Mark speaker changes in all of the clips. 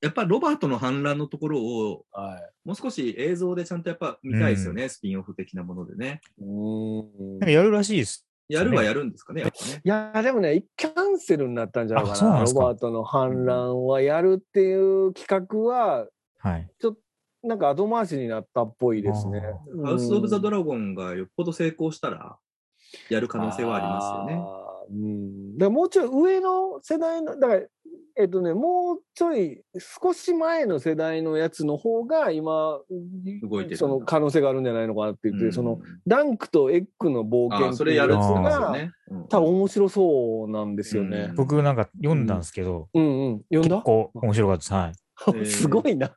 Speaker 1: やっぱロバートの反乱のところを、
Speaker 2: は
Speaker 1: もう少し映像でちゃんとやっぱ見たいですよね、スピンオフ的なものでね。
Speaker 2: い。うん
Speaker 3: なんかやるらしいです。
Speaker 1: やるはやるんですかね、やっぱね。
Speaker 2: いやーでもね、キャンセルになったんじゃないか
Speaker 3: あ
Speaker 2: な。
Speaker 3: そうなんですか
Speaker 2: ロバートの反乱はやるっていう企画は、
Speaker 3: はい。
Speaker 2: なんか後回しになったっぽいですね。うん
Speaker 1: ハウス・オブ・ザ・ドラゴンがよっぽど成功したら、やる可能性はありますよね。
Speaker 2: すよね。うん、だからもうちょい上の世代の、だから、えっとね、もうちょい少し前の世代のやつの方が今、
Speaker 1: 動いてるんだ
Speaker 2: その可能性があるんじゃないのかなって言って、
Speaker 1: うん
Speaker 2: その、ダンクとエッグの冒険
Speaker 1: あ
Speaker 2: っていう
Speaker 1: それやるっつってますよ
Speaker 2: のが
Speaker 1: ね。うん
Speaker 2: 多分面白そうなんですよね。
Speaker 3: 僕なんか読んだんですけど、
Speaker 2: うんうん。読ん
Speaker 3: 結
Speaker 2: だ
Speaker 3: 構面白かったです。はい。
Speaker 1: えー
Speaker 2: すごいな。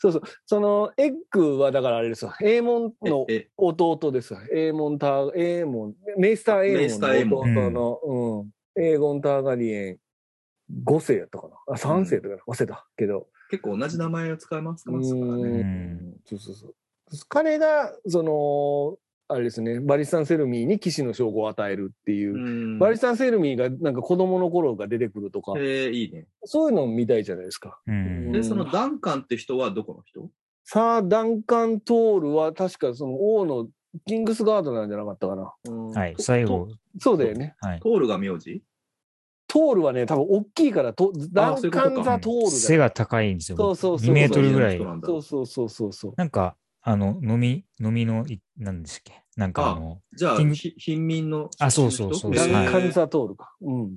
Speaker 2: そうそう。その、エッグはだからあれですよ。エーモンの
Speaker 1: ええ
Speaker 2: 弟ですよ。エーモンター、エーモン、メイスターエ
Speaker 1: メイスターエ
Speaker 2: ー
Speaker 1: ー
Speaker 2: モ
Speaker 1: モ
Speaker 3: ン
Speaker 2: ンの弟の、うん、エーゴン・ターガリエン、5世やったかな。あ、3世とかな。忘れたけど。
Speaker 1: 結構同じ名前を使いますから
Speaker 2: う
Speaker 1: ね。
Speaker 3: ん
Speaker 2: そうそうそう。彼が、その、あれですね、バリスタン・セルミーに騎士の称号を与えるっていうう。
Speaker 1: ん
Speaker 2: バリスタン・セルミーがなんか子供の頃が出てくるとか、
Speaker 1: えーいいね。
Speaker 2: そういうの見たいじゃないですか。
Speaker 3: う。
Speaker 2: うん
Speaker 1: で、そのダンカンって人はどこの人
Speaker 2: サー・ダンカン・トールは確かその王のキングスガードなんじゃなかったかな。
Speaker 3: はい。最後、
Speaker 2: そうだよね。
Speaker 3: はい。
Speaker 1: トールが名字
Speaker 2: トールはね、多分大きいからと、ダンカン・ザ・トールだ
Speaker 3: 背
Speaker 2: よ。
Speaker 3: が高いんですよ。
Speaker 2: そうそうそう
Speaker 3: 2メートルぐらい。
Speaker 1: そうなんだ
Speaker 2: そうそうそうそうそう。
Speaker 3: なんか、あの、飲み、飲みのい、なんでしたっけなんかあの、
Speaker 1: じゃあ
Speaker 3: 貧、民
Speaker 1: ひ貧民の
Speaker 3: あそうそうそう
Speaker 1: 出
Speaker 2: ダ
Speaker 1: 身の
Speaker 2: ン
Speaker 1: 人
Speaker 2: カ
Speaker 1: へ
Speaker 2: ン・
Speaker 1: ー
Speaker 2: ザ・トールか。うん。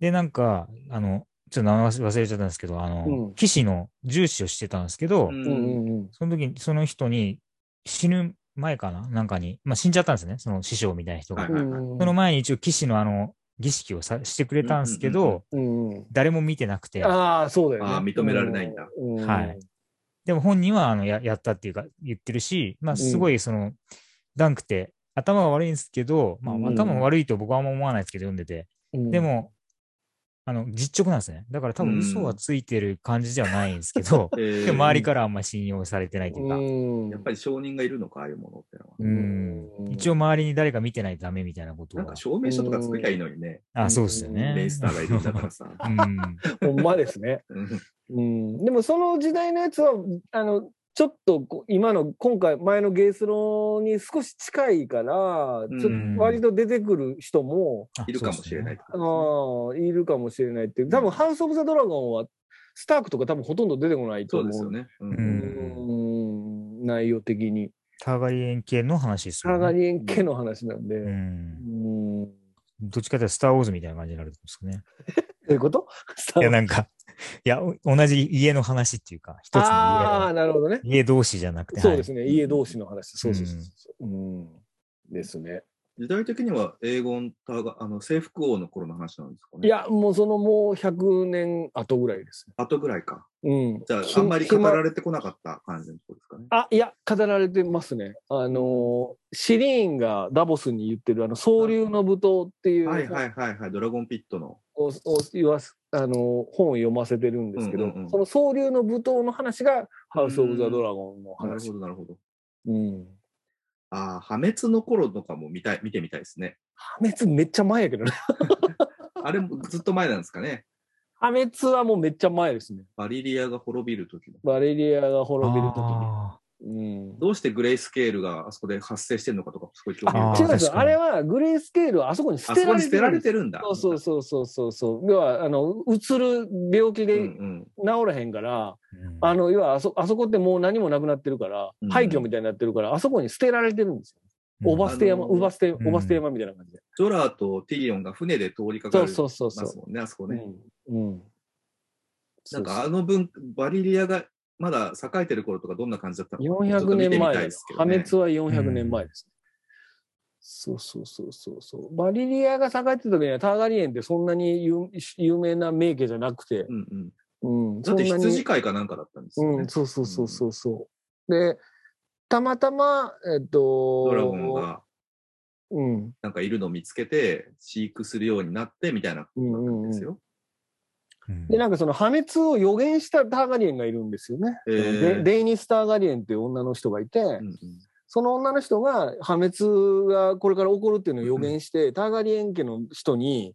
Speaker 3: で、なんか、あの、ちょっと名前忘れ忘れちゃったんですけど、あの、
Speaker 2: うん
Speaker 3: 騎士の重視をしてたんですけど、
Speaker 1: うん
Speaker 2: うんうんうん。
Speaker 3: その時に、その人に、死ぬ前かななんかに、まあ死んじゃったんですね、その師匠みたいな人が。
Speaker 1: はい
Speaker 2: うん
Speaker 3: その前に一応騎士のあの、儀式をさしてくれたんですけど、
Speaker 1: うんうんうん
Speaker 2: うんうん
Speaker 3: 誰も見てなくて、
Speaker 2: ああ、そうだよね。
Speaker 1: ああ認められないんだ
Speaker 2: う。
Speaker 3: はいでも本人はあのややったっていうか言ってるし、まあすごいその、ダンクって頭が悪いんですけど、まあ
Speaker 2: うん
Speaker 3: 頭悪いと僕はあんま思わないですけど読んでて、
Speaker 2: うん
Speaker 3: で、も、あの、実直なんですね。だから多
Speaker 1: う
Speaker 3: 分
Speaker 1: ん
Speaker 3: 嘘はついてる感じではないんです けど、
Speaker 1: えー
Speaker 3: でも周りからあんま信用されてないというか、
Speaker 2: うん
Speaker 1: やっぱり証人がいるのか、ああいうものってのは。
Speaker 3: うん
Speaker 2: うん
Speaker 3: 一応周りに誰か見てないとダメみたいなこと
Speaker 1: なん
Speaker 3: は
Speaker 1: か証明書とか作りゃいいのにね。
Speaker 3: あ、そうですよね。
Speaker 1: レイスターがいるんだからさ。
Speaker 3: うん。
Speaker 2: ほんまですね。
Speaker 1: うん
Speaker 2: うん、でもその時代のやつはあのちょっとこう今の今回前のゲースローに少し近いから、
Speaker 1: うん
Speaker 2: ちょっと割と出てくる人も、
Speaker 3: あ
Speaker 1: いるかもしれないっ。て
Speaker 2: あ
Speaker 1: こ
Speaker 2: ーいるかもしれないっていう多分、
Speaker 1: うん
Speaker 2: ハウス・オブ・ザ・ドラゴンはスタークとか多分ほとんど出てこないと
Speaker 1: と
Speaker 2: 思う
Speaker 1: ですよね。そうです
Speaker 3: う
Speaker 1: よね。
Speaker 3: ん
Speaker 2: うん内容的に
Speaker 3: ターガリエン系の話ですよ
Speaker 2: サ
Speaker 3: ね。
Speaker 2: ガリエン系の話なんで、
Speaker 3: う
Speaker 2: うん
Speaker 3: ん。
Speaker 2: ど
Speaker 3: どっちかというと、スター・ウォーズみたいな感じになるんですかね。
Speaker 2: ういうことスタ
Speaker 3: いや、
Speaker 2: ー
Speaker 3: なんか、いや、お同じ家の話っていうか、一つ
Speaker 2: あ
Speaker 3: の
Speaker 2: あなるほどね
Speaker 3: 家の家同士じゃなくて。
Speaker 2: そうです
Speaker 3: ね。
Speaker 2: ね、家同士の話そうそうそうそう、うんですね
Speaker 1: 時代的には英語があの征服王の頃の話なんですかね。
Speaker 2: い、や、もうそのもう100年後ぐらいです
Speaker 1: 後ぐらいか。
Speaker 2: ね。うん。
Speaker 1: じゃあ
Speaker 2: き、
Speaker 1: あんまり語ら
Speaker 2: き
Speaker 1: れてこなかった感じのとこですかね。
Speaker 2: まあ、いや、語られてますね。あのーシリーンがダボスに言ってる、あの、総流の舞踏っていう、
Speaker 1: はいはいはいはい、ドラゴンピットの。
Speaker 2: をを言わす、あのー本を読ませてるんですけど、
Speaker 1: うんうんうん
Speaker 2: その総流の舞踏の話が、ハウス・オブ・ザ・ドラゴン
Speaker 1: な
Speaker 2: の
Speaker 1: るほ
Speaker 2: 話。
Speaker 1: どなるほど。
Speaker 2: うん。
Speaker 1: ああ、破滅の頃とかも見たい、見てみたいですね。
Speaker 2: 破滅めっちゃ前やけどね。
Speaker 1: あれもずっと前なんですかね。
Speaker 2: 破滅はもうめっちゃ前ですね。
Speaker 1: バリリアが滅びる時の。
Speaker 2: バレリアが滅びる時に。
Speaker 3: あ
Speaker 2: うん。
Speaker 1: どうしてグレイスケールがあそこで発生してるのかとか、すごい興味
Speaker 3: あ
Speaker 1: あ
Speaker 3: ー
Speaker 2: 違うん
Speaker 1: る。
Speaker 2: です
Speaker 3: 確
Speaker 2: よ。
Speaker 3: か
Speaker 2: あ
Speaker 3: に
Speaker 2: れは、グレースケールはあそこに捨
Speaker 1: あ
Speaker 2: て
Speaker 1: そ
Speaker 2: ら
Speaker 1: こ
Speaker 2: れ
Speaker 1: に
Speaker 2: て
Speaker 1: 捨てら
Speaker 2: るんで
Speaker 1: れ
Speaker 2: す
Speaker 1: てるんだ。
Speaker 2: そうそうそうそうそうそう。要はあのうつる病気
Speaker 1: うんう
Speaker 2: で
Speaker 1: ん。
Speaker 2: 治らへんから、
Speaker 3: ー
Speaker 2: あの要はあそあそこってもう何もなくなってるから、
Speaker 1: うん
Speaker 2: 廃墟みたいになってるからあそこに捨てられてるんですよ。
Speaker 3: うん
Speaker 2: おば捨て山、
Speaker 1: あのー
Speaker 2: おば捨て、
Speaker 3: うん
Speaker 2: おば捨て山みたいな感じで。
Speaker 1: ジョラーとティリオンが船で通りかか
Speaker 2: そ
Speaker 1: る
Speaker 2: うそうそう
Speaker 1: ます
Speaker 2: そ
Speaker 1: もんね、あそこ
Speaker 2: う。
Speaker 1: ね。
Speaker 2: うん。うん
Speaker 1: なんかあの分、バリリアがまだ栄えてる頃とかどんな感じだったのかちょっと
Speaker 2: 400
Speaker 1: 見て
Speaker 2: 年
Speaker 1: み
Speaker 2: 前
Speaker 1: たい
Speaker 2: で
Speaker 1: ですすけ
Speaker 2: 破
Speaker 1: ど
Speaker 2: 滅
Speaker 1: ね
Speaker 2: は400年前ですね。そうそうそうそうそう。バリリアが栄えてた時にはターガリエンってそんなに有有名な名家じゃなくて、
Speaker 1: うんうん。
Speaker 2: うん、
Speaker 1: だって
Speaker 2: そんなに
Speaker 1: 羊飼いかなんかだったんですよ
Speaker 2: う
Speaker 1: ね
Speaker 2: ん、。そうそうそうそうそう。で、たまたま、えっと、
Speaker 1: ドラゴンが
Speaker 2: うん、
Speaker 1: なんかいるのを見つけて、飼育するようになってみたいなことだったんですよ。
Speaker 3: うん
Speaker 2: で、なんかその破滅を予言したターガリエンがいるんですよね。
Speaker 1: へー
Speaker 2: でデイニス・ターガリエンっていう女の人がいて、
Speaker 1: うんうん
Speaker 2: その女の人が破滅がこれから起こるっていうのを予言して、ターガリエン家の人に、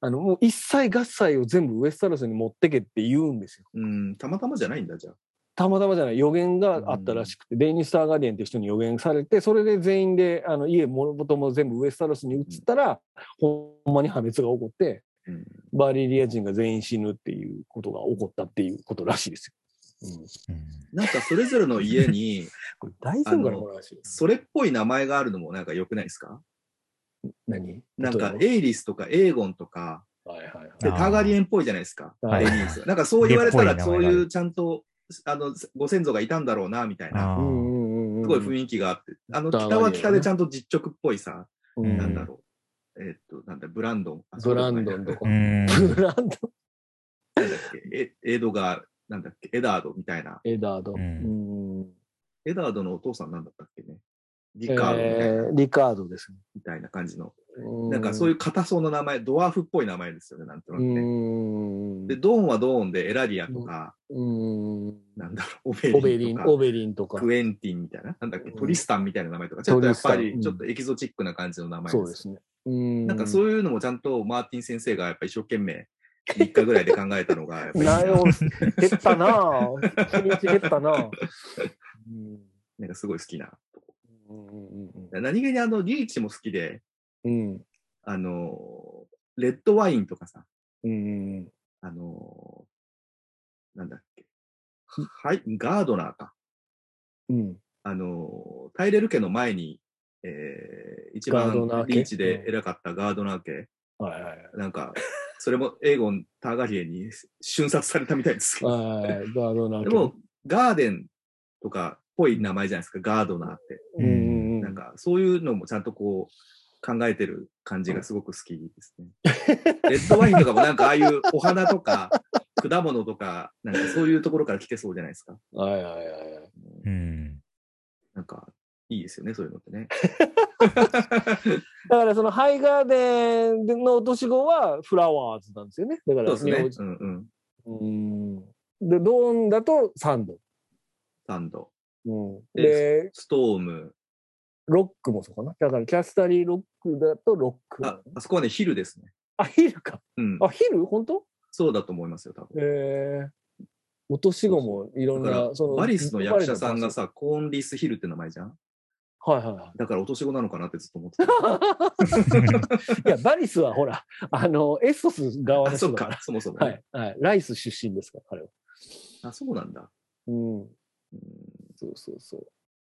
Speaker 2: あの、もう一切合切を全部ウエスタロスに持ってけって言うんですよ。
Speaker 1: うん、たまたまじゃないんだ、じゃあ。
Speaker 2: たまたまじゃない予言があったらしくて、デイニス・ターガーディアンっていう人に予言されて、それで全員で、あの、家もろとも全部ウエスタロスに移ったら、ほんまに破滅が起こって、
Speaker 1: うん
Speaker 2: バリリア人が全員死ぬっていうことが起こったっていうことらしいですよ。うん、
Speaker 1: なんかそれぞれの家に、
Speaker 2: これ大丈夫か
Speaker 1: あ
Speaker 2: な
Speaker 1: の
Speaker 2: この話。
Speaker 1: それっぽい名前があるのもなんか良くないですか
Speaker 2: 何
Speaker 1: なんか
Speaker 2: 例、え
Speaker 1: エイリスとかエーゴンとか、
Speaker 2: ばはいはいはい。
Speaker 1: で
Speaker 3: あー
Speaker 1: ターガリエンっぽいじゃないですか。
Speaker 2: は
Speaker 1: デ
Speaker 2: い
Speaker 1: ニースなんかそう言われた
Speaker 3: で
Speaker 1: ら、
Speaker 3: っぽ
Speaker 1: そ
Speaker 3: いう名前がある
Speaker 1: いうちゃんと、あの、ご先祖がいたんだろうな、みたいな。
Speaker 3: あー
Speaker 2: うんうんうんうん、
Speaker 1: すごい雰囲気があって、あの、
Speaker 2: ターガリエン
Speaker 1: 北は北でちゃんと実直っぽいさ、
Speaker 2: う
Speaker 3: うん
Speaker 1: なんんだろう。えーっと、なんだ、ブランドン。あ
Speaker 2: ブランドン
Speaker 1: そ
Speaker 2: と
Speaker 1: う
Speaker 2: か
Speaker 3: う。ん。
Speaker 2: ブランドン
Speaker 1: なんだっけ、エエドガー、なんだっけ、エダードみたいな。
Speaker 2: エダード。
Speaker 3: う
Speaker 2: うん
Speaker 1: エダードのお父さんなんだったっけね。リ
Speaker 2: リ
Speaker 1: カードみたいな,、
Speaker 2: リカードですね。
Speaker 1: みたいな感じの。
Speaker 2: う
Speaker 1: なんかそういうう硬そうな名前、ドワーフっぽい名前ですよね、なんとなくね。
Speaker 2: ん。
Speaker 1: で、ドーンはドーンで、エラリアとか、
Speaker 2: うん、
Speaker 1: なんだろう、オ
Speaker 2: オ
Speaker 1: ベリ
Speaker 2: ベリ
Speaker 1: ン
Speaker 2: ン、
Speaker 1: と
Speaker 2: オ
Speaker 1: か、
Speaker 2: ベリンとか。
Speaker 1: クエンティンみたいな、なんだっけ、
Speaker 2: うん
Speaker 1: トリスタンみたいな名前とか、ちょっとやっぱり、
Speaker 2: トリ
Speaker 1: ち
Speaker 2: スタン
Speaker 1: ょっとエキゾチックな感じの名前
Speaker 2: そう
Speaker 1: で。
Speaker 2: ですすね。うん。
Speaker 1: なんかそういうのもちゃんとマーティン先生がやっぱ一生懸命、3日ぐらいで考えたのが、やっぱり
Speaker 2: なよ、減ったなぁ。日にち減ったなぁ。うん
Speaker 1: なんかすごい好きな。
Speaker 2: うんうん
Speaker 1: 何気にあの、リーチも好きで、
Speaker 2: うん
Speaker 1: あの、レッドワインとかさ、
Speaker 2: うんうん
Speaker 1: あの、なんだっけ、はい、ガードナーか。
Speaker 2: うん
Speaker 1: あの、タイレル家の前に、えー一
Speaker 2: ガードナ
Speaker 1: 番
Speaker 2: ー家
Speaker 1: リーチで偉かったガードナー家、
Speaker 2: はいはい
Speaker 1: なんか、それもエーゴン・ターガリエに瞬殺されたみたいですけど、
Speaker 2: はいはい。ガードナー
Speaker 1: でも、ガーデンとかっぽい名前じゃないですか、ガードナーって。
Speaker 2: うんうんうん
Speaker 1: なんか、そういうのもちゃんとこう、考えてる感じがすごく好きですね。レッドワインとかもなんか、ああいうお花と か、果物とか、なんかそういうところから来てそうじゃないですか。
Speaker 2: はいはいはいはい。
Speaker 3: うん。
Speaker 1: なんか、いいですよね、そういうのって ね。
Speaker 2: だからそのハイガーデンの年号はフラワーズなんですよね。だか
Speaker 1: そう
Speaker 2: ら
Speaker 1: ですね。
Speaker 2: 名字
Speaker 1: うんうん。
Speaker 2: うんで、ドーンだとサンド。
Speaker 1: サンド。
Speaker 2: うん、
Speaker 1: で
Speaker 2: で、
Speaker 1: ストーム。
Speaker 2: ロックもそうかな。だからキャスタリーロックだとロック。
Speaker 1: あ、あそこはね、ヒルですね。
Speaker 2: あ、ヒルか。
Speaker 1: うん。
Speaker 2: あ、ヒル本当
Speaker 1: そうだと思いますよ、多分。
Speaker 2: ええ落とし子もいろん
Speaker 1: だか
Speaker 2: な、
Speaker 1: ら、
Speaker 2: その。
Speaker 1: バリスの役者さんがさ、コーンリース・ヒルって名前じゃん
Speaker 2: バリスの。はいはいは
Speaker 1: だから、お年子なのかなってずっと思って
Speaker 2: い。いや、バリスはほら、 あの、エッソス
Speaker 1: た。
Speaker 2: 側
Speaker 1: あ、
Speaker 2: の
Speaker 1: そ
Speaker 2: 人
Speaker 1: っ
Speaker 2: だから。
Speaker 1: か、そもそも、ね
Speaker 2: はい、はい。ライス出身ですから、彼は。
Speaker 1: あ、そうなんだ。
Speaker 2: うん。
Speaker 1: うん
Speaker 2: そうそうそう。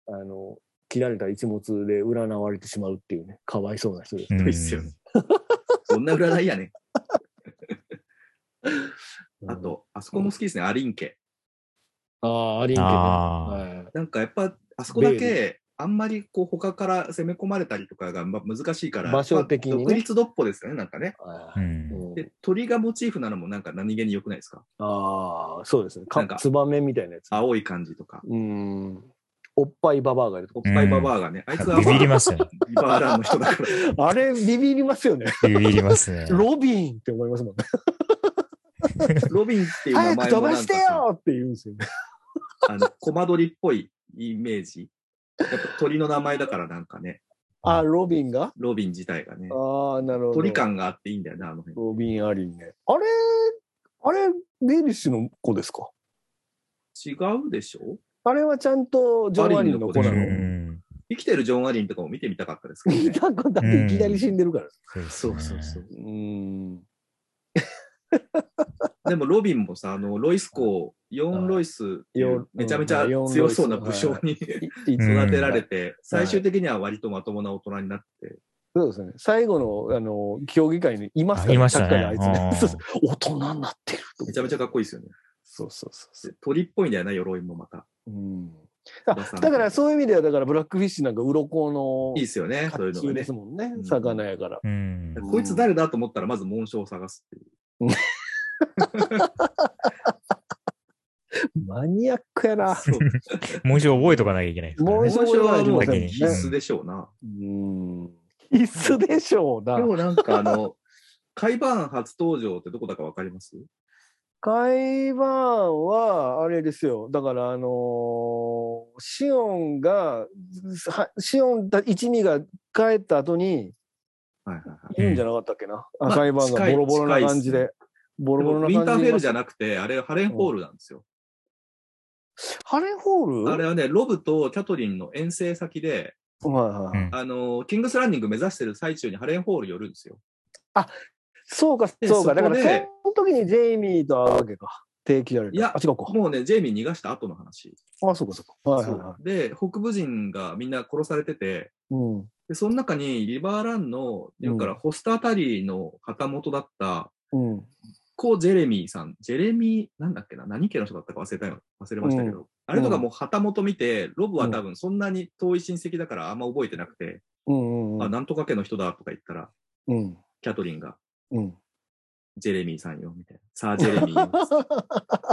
Speaker 2: あの、切られた一物で占われてしまうっていうね、かわいそうな人 です。
Speaker 1: いっすよね そんな占いやね。あ
Speaker 2: うん。
Speaker 1: と、あそこも好きですね、アリン家。
Speaker 2: ああ、アリンケね。
Speaker 3: あ
Speaker 2: はい
Speaker 1: なんかやっぱ、あそこだ
Speaker 2: ベ
Speaker 1: け、あんまりこう他から攻め込まれたりとかがま難しいから、
Speaker 2: 場所的にね
Speaker 1: まあ独立独歩ですかね、なんかね。
Speaker 2: はい
Speaker 3: うん。う
Speaker 2: はい
Speaker 3: ん
Speaker 2: うん
Speaker 1: で、鳥がモチーフなのもなんか何気に良くないですか
Speaker 2: ああ、そうですね。
Speaker 1: な
Speaker 2: か
Speaker 1: んか
Speaker 2: ツバメみたいなやつ。
Speaker 1: 青い感じとか。
Speaker 2: うん。おっぱいババアがいると
Speaker 1: お
Speaker 2: こ
Speaker 1: っ。ぱいババアがね、あいつは
Speaker 3: ビビりますよね。
Speaker 1: ビバーランの人だから。
Speaker 2: あれ、ビビりますよね。
Speaker 3: ビビりますね。
Speaker 2: ロビンって思いますもんね。
Speaker 1: ロビンっていう名前
Speaker 2: 早く
Speaker 1: も
Speaker 2: 飛
Speaker 1: なん
Speaker 2: ば
Speaker 1: か
Speaker 2: して
Speaker 1: さ
Speaker 2: よって言うんですよね。
Speaker 1: あの、コマ撮りっぽいイメージ。やっぱ鳥の名前だからなんかね、
Speaker 2: あ、ロビンが
Speaker 1: ロビン自体がね、
Speaker 2: ああ、なるほど。
Speaker 1: 鳥。感があっていいんだよね、あの辺。
Speaker 2: ロビンアリーね。あれ、あれ、デイリッシュの子ですか
Speaker 1: 違うでしょ
Speaker 2: あれはちゃんとジョン・アリーの子
Speaker 3: う
Speaker 2: なの。
Speaker 3: ん。
Speaker 1: 生きてるジョン・アリンとかも見てみたかったですけど
Speaker 2: 見
Speaker 1: ね。
Speaker 2: た子だっていきなり死んでるから。
Speaker 3: そうです
Speaker 1: そ
Speaker 3: ね
Speaker 1: うそうそう。。
Speaker 2: うん。
Speaker 1: でもロビンもさ、あの、ロイス校、ヨーン・ロイスっていう
Speaker 2: はい
Speaker 1: めちゃめちゃ
Speaker 2: ヨーンロイス
Speaker 1: 強そうな武将に
Speaker 2: いいつ
Speaker 3: うん
Speaker 1: 育てられて、最終的には割とまともな大人になって、
Speaker 2: そうですね。最後の、あの、競技会にいます
Speaker 3: あ
Speaker 2: から
Speaker 3: りまし
Speaker 2: か
Speaker 3: た
Speaker 2: に
Speaker 3: ね。
Speaker 2: あいつ
Speaker 3: あ
Speaker 2: ね。
Speaker 3: ー
Speaker 2: そうそう大人になってると思って。
Speaker 1: めちゃめちゃかっこいいですよね。
Speaker 2: そうそうそうそう。
Speaker 1: で鳥っぽいんだよな、鎧もまた。
Speaker 2: うん、
Speaker 1: お
Speaker 2: あ
Speaker 1: ばさん
Speaker 2: だからそういう意味ではだからブラックフィッシュなんか鱗の
Speaker 1: いいですよね、そういうの
Speaker 2: 甲冑
Speaker 1: が
Speaker 2: で
Speaker 1: ね
Speaker 2: す。もんね
Speaker 1: うん
Speaker 2: 魚やから、
Speaker 3: うん。
Speaker 2: ん
Speaker 1: こいつ誰だと思ったら、まず紋章を探すっていう。
Speaker 2: マニアックやな、
Speaker 1: そう
Speaker 3: もう一度覚えとかなきゃいけないですから
Speaker 2: もう
Speaker 1: 紋
Speaker 2: 一
Speaker 3: ね。
Speaker 1: 章はもう
Speaker 3: 先に
Speaker 1: 必須でしょうな。
Speaker 2: うん、必須でしょうな
Speaker 1: 今日なんかあの、 海版初登場ってどこだかわかります
Speaker 2: 海湾はあれですよだからあのーシオンがはシオンた一味が帰った後に
Speaker 1: はいはいはい。
Speaker 2: いいんじゃなかったっけな、
Speaker 1: ん
Speaker 2: 赤いバンが
Speaker 1: まあ近い
Speaker 2: ボロボロな感じ
Speaker 1: 近い
Speaker 2: で
Speaker 1: っ。
Speaker 2: ボロボロな
Speaker 1: ウ
Speaker 2: 感じ
Speaker 1: ィ
Speaker 2: で。
Speaker 1: ンターフェルじゃなくて、あれ、ハレンホールなんですよ。
Speaker 2: ハレンホール
Speaker 1: あれはね、ロブとキャトリンの遠征先で、
Speaker 2: はいはい。
Speaker 3: うん
Speaker 1: あの、キングスランディング目指してる最中にハレンホール寄るんですよ。
Speaker 2: そうか、
Speaker 1: で
Speaker 2: そうか。
Speaker 1: そ
Speaker 2: だ
Speaker 1: こ
Speaker 2: から、
Speaker 1: で
Speaker 2: その時にジェイミーと会うわけか。定期じゃない
Speaker 1: いや
Speaker 2: あ、違うか。
Speaker 1: もうね、ジェイミー逃がした後の話。
Speaker 2: あ、そうか、そうか。はいはい
Speaker 1: そ
Speaker 2: は
Speaker 1: うで、北部人がみんな殺されてて、
Speaker 2: い。うん。
Speaker 1: でその中にリバーランの、だからホスタータリーの旗元だった、
Speaker 2: うん。
Speaker 1: コ・ジェレミーさん、ジェレミー、なんだっけな、何家の人だったか忘れたよ、忘れましたけど、あれとかもう旗元見て、ロブは多分そんなに遠い親戚だからあんま覚えてなくて、
Speaker 2: うんうんうん。
Speaker 1: あ、なんとか家の人だとか言ったら、
Speaker 2: うん。
Speaker 1: キャトリンが、
Speaker 2: うん。
Speaker 1: ジェレミーさんよ、みたいな。さあ、ジェレミーよ。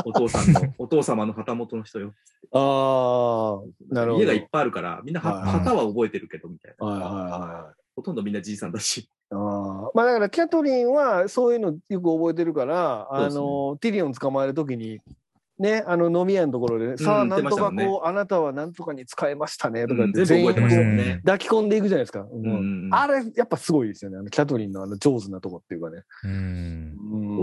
Speaker 1: お父さんの、お父様の旗元の人よ。
Speaker 2: ああ、なるほど。
Speaker 1: 家がいっぱいあるから、みんなは
Speaker 2: はいはい
Speaker 1: 旗は覚えてるけど、みたいな。
Speaker 2: はいはいはいはい。
Speaker 1: ほとんどみんなじいさんだし。
Speaker 2: あーまあだからキャトリンはそういうのよく覚えてるから、
Speaker 1: そう
Speaker 2: あ
Speaker 1: ですね
Speaker 2: のティリオン捕まえるときにねあの飲み屋のところで、ねさあ
Speaker 1: うん
Speaker 2: なんと
Speaker 1: 言
Speaker 2: かこ
Speaker 1: っ
Speaker 2: う、
Speaker 1: てましたもん
Speaker 2: あなたはなんとかに使えましたねとか
Speaker 1: う
Speaker 2: 言っ
Speaker 1: ん
Speaker 2: て、
Speaker 1: 全部覚えてましたもん
Speaker 3: 全
Speaker 1: ね
Speaker 3: 員。
Speaker 2: 抱き込んでいくじゃないですか、
Speaker 1: うんうんうん
Speaker 2: あれやっぱすごいですよねあのキャトリンのあの上手なとこっていうかね、
Speaker 3: うん。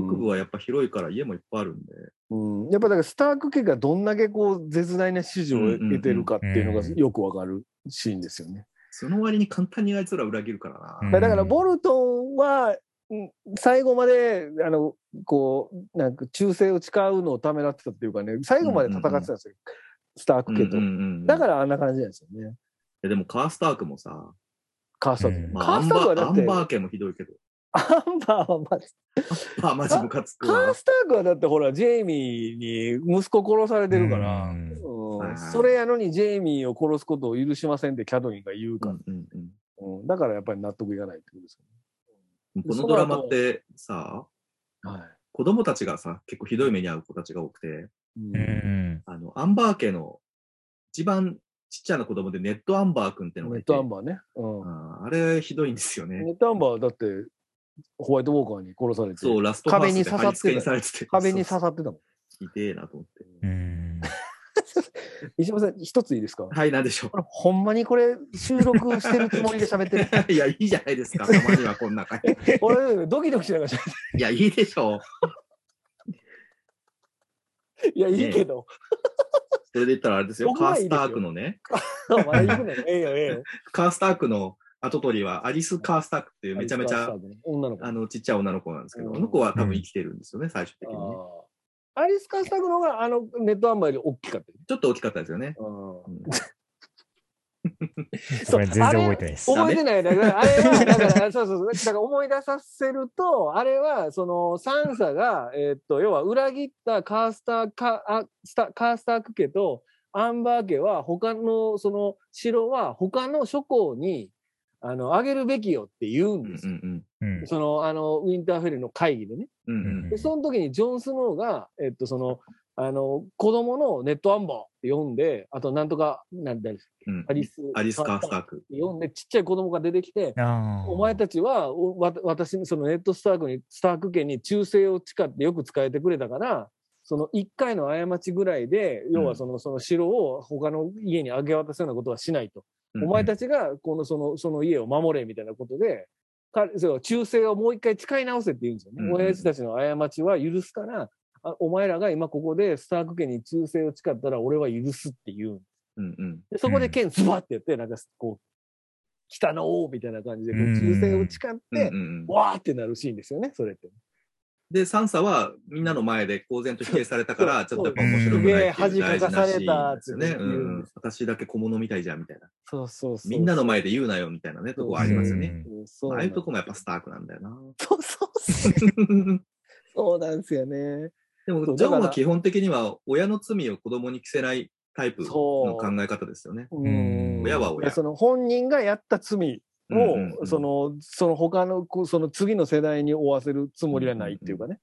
Speaker 1: 北部はやっぱ広いから家もいっぱいあるんで。
Speaker 2: うん、やっぱだからスターク家がどんだけこう絶大な支持を得てるかっていうのが
Speaker 3: うんうんうん
Speaker 2: よくわかるシーンですよね。
Speaker 1: その割に簡単にあいつら裏切るからな。
Speaker 3: うん
Speaker 2: だからボルトンはうん最後まであのこうなんか忠誠を誓うのをためらってたっていうかね最後まで戦ってたんですよ、スターク家と、
Speaker 1: うんうんうん
Speaker 2: だか
Speaker 1: い
Speaker 2: らあんな感じなんですよね
Speaker 1: やでもカースタークもさ、
Speaker 2: カースターク、
Speaker 3: うん
Speaker 1: ま
Speaker 2: カ
Speaker 1: あ、ア
Speaker 2: ー
Speaker 1: ン
Speaker 2: スタ
Speaker 1: バ
Speaker 2: ークは
Speaker 1: ー
Speaker 2: だ
Speaker 1: ア
Speaker 2: っ
Speaker 1: ン
Speaker 2: て
Speaker 1: バー家もひどいけど、
Speaker 2: アンバーはまあ
Speaker 1: まあマジムカつく
Speaker 2: カ
Speaker 1: わ
Speaker 2: ー。スタークはだってほらジェイミーに息子殺されてるから、
Speaker 3: う
Speaker 2: うん
Speaker 3: ん
Speaker 1: はい
Speaker 2: それやのにジェイミーを殺すことを許しませんってキャドリンが言う
Speaker 1: う
Speaker 2: から
Speaker 1: ん、うんうん
Speaker 2: うんだからやっぱり納得いかないってことです
Speaker 1: このドラマってさ、
Speaker 2: よね。はい
Speaker 1: 子供たちがさ、結構ひどい目に遭う子たちが多くて、
Speaker 2: うん
Speaker 3: うん。
Speaker 1: あの、アンバー家の一番ちっちゃな子供でネットアンバー君ってのが
Speaker 2: ネ
Speaker 1: い
Speaker 2: ッ
Speaker 1: て、
Speaker 2: トアンバーね。うん
Speaker 1: あーあれひどいんですよね。
Speaker 2: ネットアンバーはだってホワイトウォーカーに殺されて
Speaker 1: そう、ラストファーストで
Speaker 2: 壁に刺さってた
Speaker 1: 貼り付けにされてて。
Speaker 2: 壁に刺さってたもん。
Speaker 1: そうそう痛えなと思って。
Speaker 3: うん。
Speaker 2: 石山さん一ついいですか
Speaker 1: はい、なんでしょ
Speaker 2: これほんまにこれ収録してるつもりで喋っ てる
Speaker 1: う。いや、いいじゃないですか、たまにはこんな感じ。
Speaker 2: 俺ドキドキしながら喋っ
Speaker 1: いや、いいでしょう。
Speaker 2: ていやいいけど、
Speaker 1: それで言ったらあれですよ、
Speaker 2: 僕
Speaker 1: カー
Speaker 2: はいい
Speaker 1: ス
Speaker 2: ですよ
Speaker 1: タークのね、
Speaker 2: まだ行くのええよええよ
Speaker 1: カースタークの跡取りはアリス・カースタークっていう めちゃめち
Speaker 2: アリスカー
Speaker 1: ゃ
Speaker 2: スタークの女の子
Speaker 1: あのちっちゃい女の子なんですけど、
Speaker 2: うん
Speaker 1: あの子は多分生きてるんですよね、最終的にね。
Speaker 2: あーアリス・カースタグの方があのネットアンバーより大きかったよね
Speaker 1: ちょっと大きかったですよね。
Speaker 2: うん
Speaker 1: うん
Speaker 3: これ全然覚えてないです
Speaker 1: そう。
Speaker 2: 覚えてないだからあれはだからそうそうそうだから思い出させるとあれはそのサンサが、えーっと要は裏切ったカースターカあスタカースターク家とアンバー家は他のその城は他の諸侯にあのあげるべきよって言
Speaker 1: う
Speaker 2: うん
Speaker 1: ん
Speaker 2: です
Speaker 1: う
Speaker 2: よ。
Speaker 1: ん
Speaker 3: うん。
Speaker 2: そのあのウィンターフェルの会議でね。
Speaker 1: うんうん
Speaker 2: でその時にジョン・スノーが、えーっと、そのあの子供のネットアンバーって呼んであとなんとかなんだっけ
Speaker 1: うん
Speaker 2: アリス
Speaker 1: アリス・カースターク。
Speaker 2: って呼んでちっちゃい子供が出てきて、
Speaker 3: ああ。
Speaker 2: お前たちはおわ私にそのネットスタークにスターク家に忠誠を誓ってよく使えてくれたからその1回の過ちぐらいで要はそのその城を他の家に明け渡すようなことはしないと、
Speaker 1: うん
Speaker 2: お前たちがこのそのその家を守れみたいなことで彼そう忠誠をもう一回誓い直せって言うんですよね、
Speaker 1: うん
Speaker 2: 親父たちの過ちは許すからあお前らが今ここでスターク家に忠誠を誓ったら俺は許すって言うん
Speaker 1: うんうん
Speaker 2: で、そこで剣ズバってやって、なんかこう、北の王みたいな感じで、こう、忠誠を誓っ
Speaker 1: うん
Speaker 2: て
Speaker 1: う、んうん
Speaker 2: わーってなるシーンですよね、それって。
Speaker 1: で、サンサはみんなの前で公然と否定されたから、ちょっとやっぱ面白くないっていう大事なシーンですよね。
Speaker 2: すげえ恥かかされたって
Speaker 1: う
Speaker 2: 言うん
Speaker 1: んうん私だけ小物みたいじゃんみたいな。
Speaker 2: そうそうそう
Speaker 1: みんなの前で言うなよみたいなね、とこはありますよね。
Speaker 2: そう
Speaker 1: ああ
Speaker 2: ないん
Speaker 1: うとこもやっぱスタークなんだよな。
Speaker 2: そうそうそう そうなんですよね。
Speaker 1: で
Speaker 2: そ
Speaker 1: も、
Speaker 2: う
Speaker 1: ジョン
Speaker 2: だか
Speaker 1: は
Speaker 2: ら
Speaker 1: 基本的には親の罪を子供に着せないタイプの
Speaker 2: そう
Speaker 1: 考え方ですよね。
Speaker 2: うん。
Speaker 1: 親は親
Speaker 2: その本人がやった罪
Speaker 1: う
Speaker 2: を、
Speaker 1: んうんうん
Speaker 2: その、その他の、こうその次の世代に負わせるつもりはないっていうかね。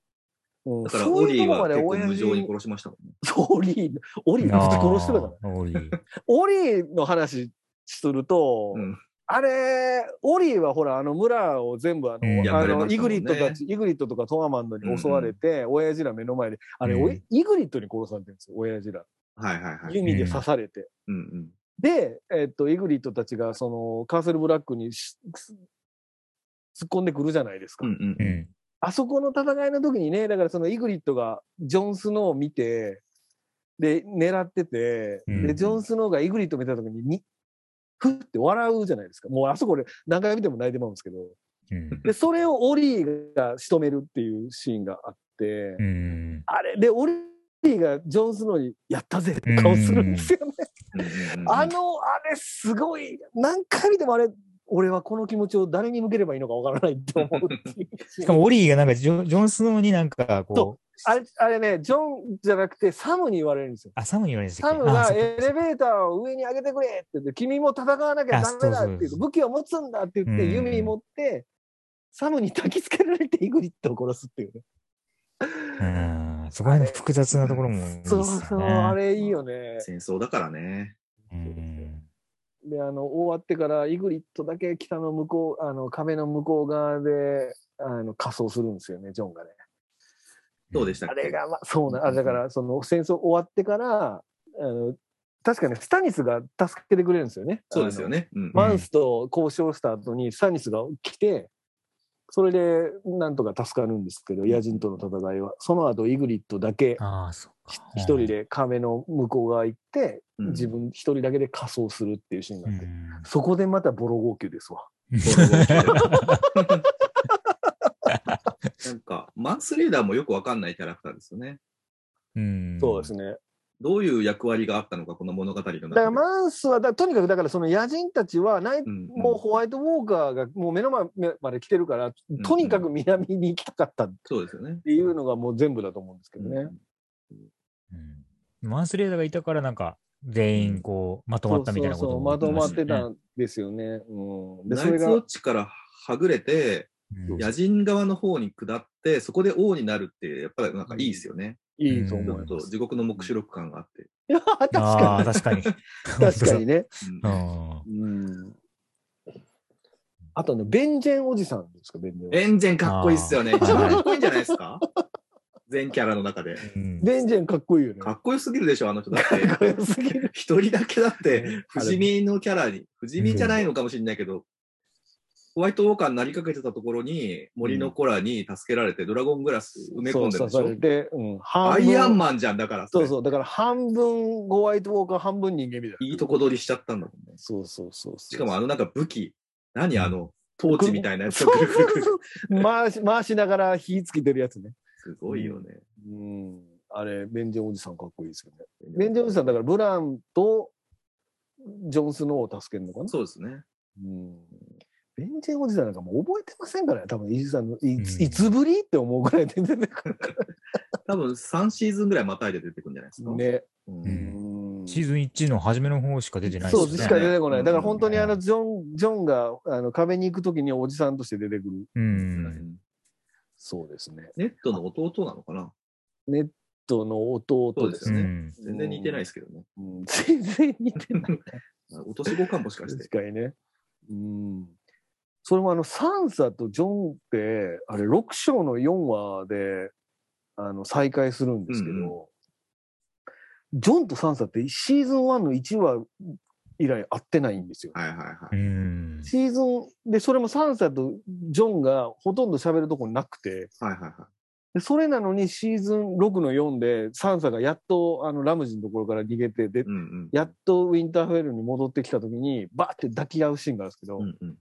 Speaker 2: うん
Speaker 1: だから、
Speaker 2: そ
Speaker 1: オ
Speaker 2: う
Speaker 1: リ
Speaker 2: い
Speaker 1: ー
Speaker 2: うとこ
Speaker 1: は
Speaker 2: まで
Speaker 1: 結構無情に
Speaker 2: 親父
Speaker 1: 殺しましたもんね。
Speaker 2: そうオリー、オリー、
Speaker 3: あ
Speaker 2: 普通
Speaker 3: あ
Speaker 2: 殺してたから。
Speaker 3: オリー。
Speaker 2: オリーの話すると、
Speaker 1: うん
Speaker 2: あれ、オリーはほら、あの村を全部あの、
Speaker 3: うん
Speaker 1: 焼
Speaker 2: あ
Speaker 1: かれ
Speaker 2: の、
Speaker 1: まし
Speaker 2: イ
Speaker 1: た
Speaker 2: グ
Speaker 1: もんね
Speaker 2: リットたち、イグリットとかトアマンドに襲われて、親父ら目の前で、あれ、
Speaker 3: うん
Speaker 2: おいイグリットに殺されてるんですよ、親父ら。
Speaker 1: はいはいはい。
Speaker 2: 弓で刺されて。
Speaker 1: うんうん。
Speaker 2: で、えっと、イグリットたちが、その、カーセルブラックにし突っ込んでくるじゃないですか。
Speaker 1: うんうん
Speaker 3: う
Speaker 1: うん
Speaker 3: ん。
Speaker 2: あそこの戦いの時にね、だからそのイグリットがジョン・スノーを見て、で、狙ってて、
Speaker 3: うん
Speaker 2: で、ジョン・スノーがイグリットを見た時に、にふって笑うじゃないですか。もうあそこで何回見ても泣いてまうんですけど。
Speaker 3: うん
Speaker 2: で、それをオリーが仕留めるっていうシーンがあって、
Speaker 3: うん。
Speaker 2: あれ、で、オリーがジョン・スノーに、やったぜって顔するんですよね。
Speaker 1: うんうん
Speaker 2: あの、あれ、すごい、何回見てもあれ、俺はこの気持ちを誰に向ければいいのかわからないと思うっていう。
Speaker 3: しかもオリーがなんかジョジョン・スノーになんかこ、
Speaker 2: そうあれ、あれね、ジョンじゃなくてサムに言われるんですよ。
Speaker 3: あ、サムに言われるんです
Speaker 2: サムがエレベーターを上に上げてくれって言って、君も戦わなきゃダメだって
Speaker 3: あそう
Speaker 2: 言
Speaker 3: そう
Speaker 2: っ
Speaker 3: そ
Speaker 2: て、
Speaker 3: う
Speaker 2: 武器を持つんだって言って、
Speaker 3: うん
Speaker 2: 弓持って、サムに焚きつけられてイグリットを殺すっていうね。
Speaker 3: うん。そこら辺の複雑なところもいいっす
Speaker 2: そ
Speaker 3: よ
Speaker 2: う
Speaker 3: ね。
Speaker 2: そう、あれいいよね。
Speaker 1: 戦争だからね。
Speaker 3: うん。
Speaker 2: で、あの、終わってから、イグリットだけ北の向こう、あの、壁の向こう側で、あの、仮装するんですよね、ジョンがね。
Speaker 1: どうでしたっ
Speaker 2: あ
Speaker 1: け
Speaker 2: れが、まあ、そうな、あだから、その戦争終わってから、あの、確かね、スタニスが助けてくれるんですよね。
Speaker 1: そうですよね。うん
Speaker 2: あの。マンスと交渉した後に、スタニスが来て、それで、なんとか助かるんですけど、野人との戦いは。その後、イグリットだけ、
Speaker 3: ああ、そっか。
Speaker 2: 一人で壁の向こう側行って、
Speaker 1: うん
Speaker 2: 自分一人だけで仮装するっていうシーンが
Speaker 3: う
Speaker 2: あって、
Speaker 3: ん。
Speaker 2: そこでまたボロ号泣ですわ。
Speaker 1: なんか、マンスリーダーもよくわかんないキャラクターですよね。
Speaker 3: うん。
Speaker 2: そうですね。
Speaker 1: どういう役割があったのか、この物語の中で。
Speaker 2: だからマンスはだ、とにかくだからその野人たちはない、
Speaker 1: うんうん
Speaker 2: もうホワイトウォーカーがもう目の前まで来てるから、
Speaker 1: ん
Speaker 2: とにかく南に行きたかったっ
Speaker 1: そうですよね。
Speaker 2: ていうのがもう全部だと思うんですけどね。
Speaker 3: うん。マンスレーダーがいたから、なんか、全員こう、まとまったみたいなこと
Speaker 2: そうそう
Speaker 3: も
Speaker 2: まとまって
Speaker 3: 言
Speaker 2: た
Speaker 3: っ
Speaker 2: んですよね。うん、で、
Speaker 1: ナ
Speaker 2: そ
Speaker 1: イ
Speaker 2: れ
Speaker 1: ツ
Speaker 2: が
Speaker 1: ウォッチからはぐれて、
Speaker 3: てましたね。
Speaker 1: 野人側の方に下って、そこで王になるって、やっぱりなんかいいですよね。
Speaker 2: いいと思
Speaker 1: ちょ
Speaker 2: い
Speaker 1: っ
Speaker 2: ま
Speaker 1: と
Speaker 2: す。
Speaker 1: 地獄の目視録感があって。
Speaker 2: いや、確
Speaker 3: うんああ、
Speaker 2: か
Speaker 3: 確かに。
Speaker 2: に。 確かにね。
Speaker 1: うん
Speaker 3: うん。
Speaker 2: うん。あとね、ベンジェンおじさんですか、ベンジェンおじさん。
Speaker 1: エンジェンかっこいいっすよね。
Speaker 3: あー
Speaker 1: 一番かっこいいんじゃないですか全キャラの中で。
Speaker 3: うん
Speaker 2: ベンジェンかっこいいよね。
Speaker 1: かっこよすぎるでしょ、あの人だって。
Speaker 2: こよすぎる。
Speaker 1: 一人だけだって、不死身のキャラに、不死身じゃないのかもしれないけど、ホワイトウォーカーになりかけてたところに、森の子らに助けられて、ドラゴングラス埋め込んでるでし
Speaker 2: そう刺さ
Speaker 1: ょ。
Speaker 2: れてうん、半分
Speaker 1: アイアンマンじゃん、だから。
Speaker 2: そう
Speaker 1: う。
Speaker 2: そう、だから半分ホワイトウォーカー、半分人間みたいな。
Speaker 1: いいとこ取りしちゃったんだもんね。
Speaker 2: そうそうそうそう。
Speaker 1: しかもあ
Speaker 2: の、
Speaker 1: のなんか武器、何あの、トーチみたいなやつをぐるぐるぐる
Speaker 2: 回し、回しながら火つけてるやつね。
Speaker 1: すごいよね。
Speaker 2: うん。あれ、ベンジェンおじさんかっこいいですよね。ベンジェンおじさん、だからブランとジョン・スノーを助けるのかな
Speaker 1: そうですね。
Speaker 2: うん。ベンジェンおじさんなんかもう覚えてませんからね、多分、イジさんのいつ、
Speaker 3: うん
Speaker 2: いつぶりって思うぐらいで出てくるか。。
Speaker 1: 多分3シーズンぐらいまたいで出てくるんじゃないですから
Speaker 2: ね。
Speaker 1: うん
Speaker 3: う
Speaker 2: うんん
Speaker 3: シーズン1の初めの方しか出てない
Speaker 2: そう、
Speaker 1: ですね
Speaker 2: しか出てこな
Speaker 1: う
Speaker 2: い。
Speaker 1: ん
Speaker 2: だから本当にあの、ジョン、ジョンが、あの、壁に行くときにおじさんとして出てくる。
Speaker 3: うん。
Speaker 2: そうですね。
Speaker 1: ネットの弟なのかな
Speaker 2: ネットの弟
Speaker 1: そうですね
Speaker 3: うん
Speaker 1: 全然似てないですけどね。
Speaker 2: うん全然似てない。
Speaker 1: 落とし子かもしかして
Speaker 2: 確。かにね。うん。それもあの、サンサとジョンって、あれ、6章の4話で、あの、再会するんですけど、
Speaker 1: うん
Speaker 2: ジョンとサンサってシーズン1の1話以来会ってないんですよ。
Speaker 1: はいはいは
Speaker 3: う
Speaker 1: い。
Speaker 3: ん。
Speaker 2: シーズン、で、それもサンサとジョンがほとんど喋るとこなくて、
Speaker 1: はいはいはい。
Speaker 2: でそれなのにシーズン6の4でサンサがやっとあのラムジンのところから逃げてで、
Speaker 1: うんうん。
Speaker 2: やっとウィンターフェルに戻ってきた時にバーって抱き合うシーンがあるんですけど、
Speaker 1: うんうん。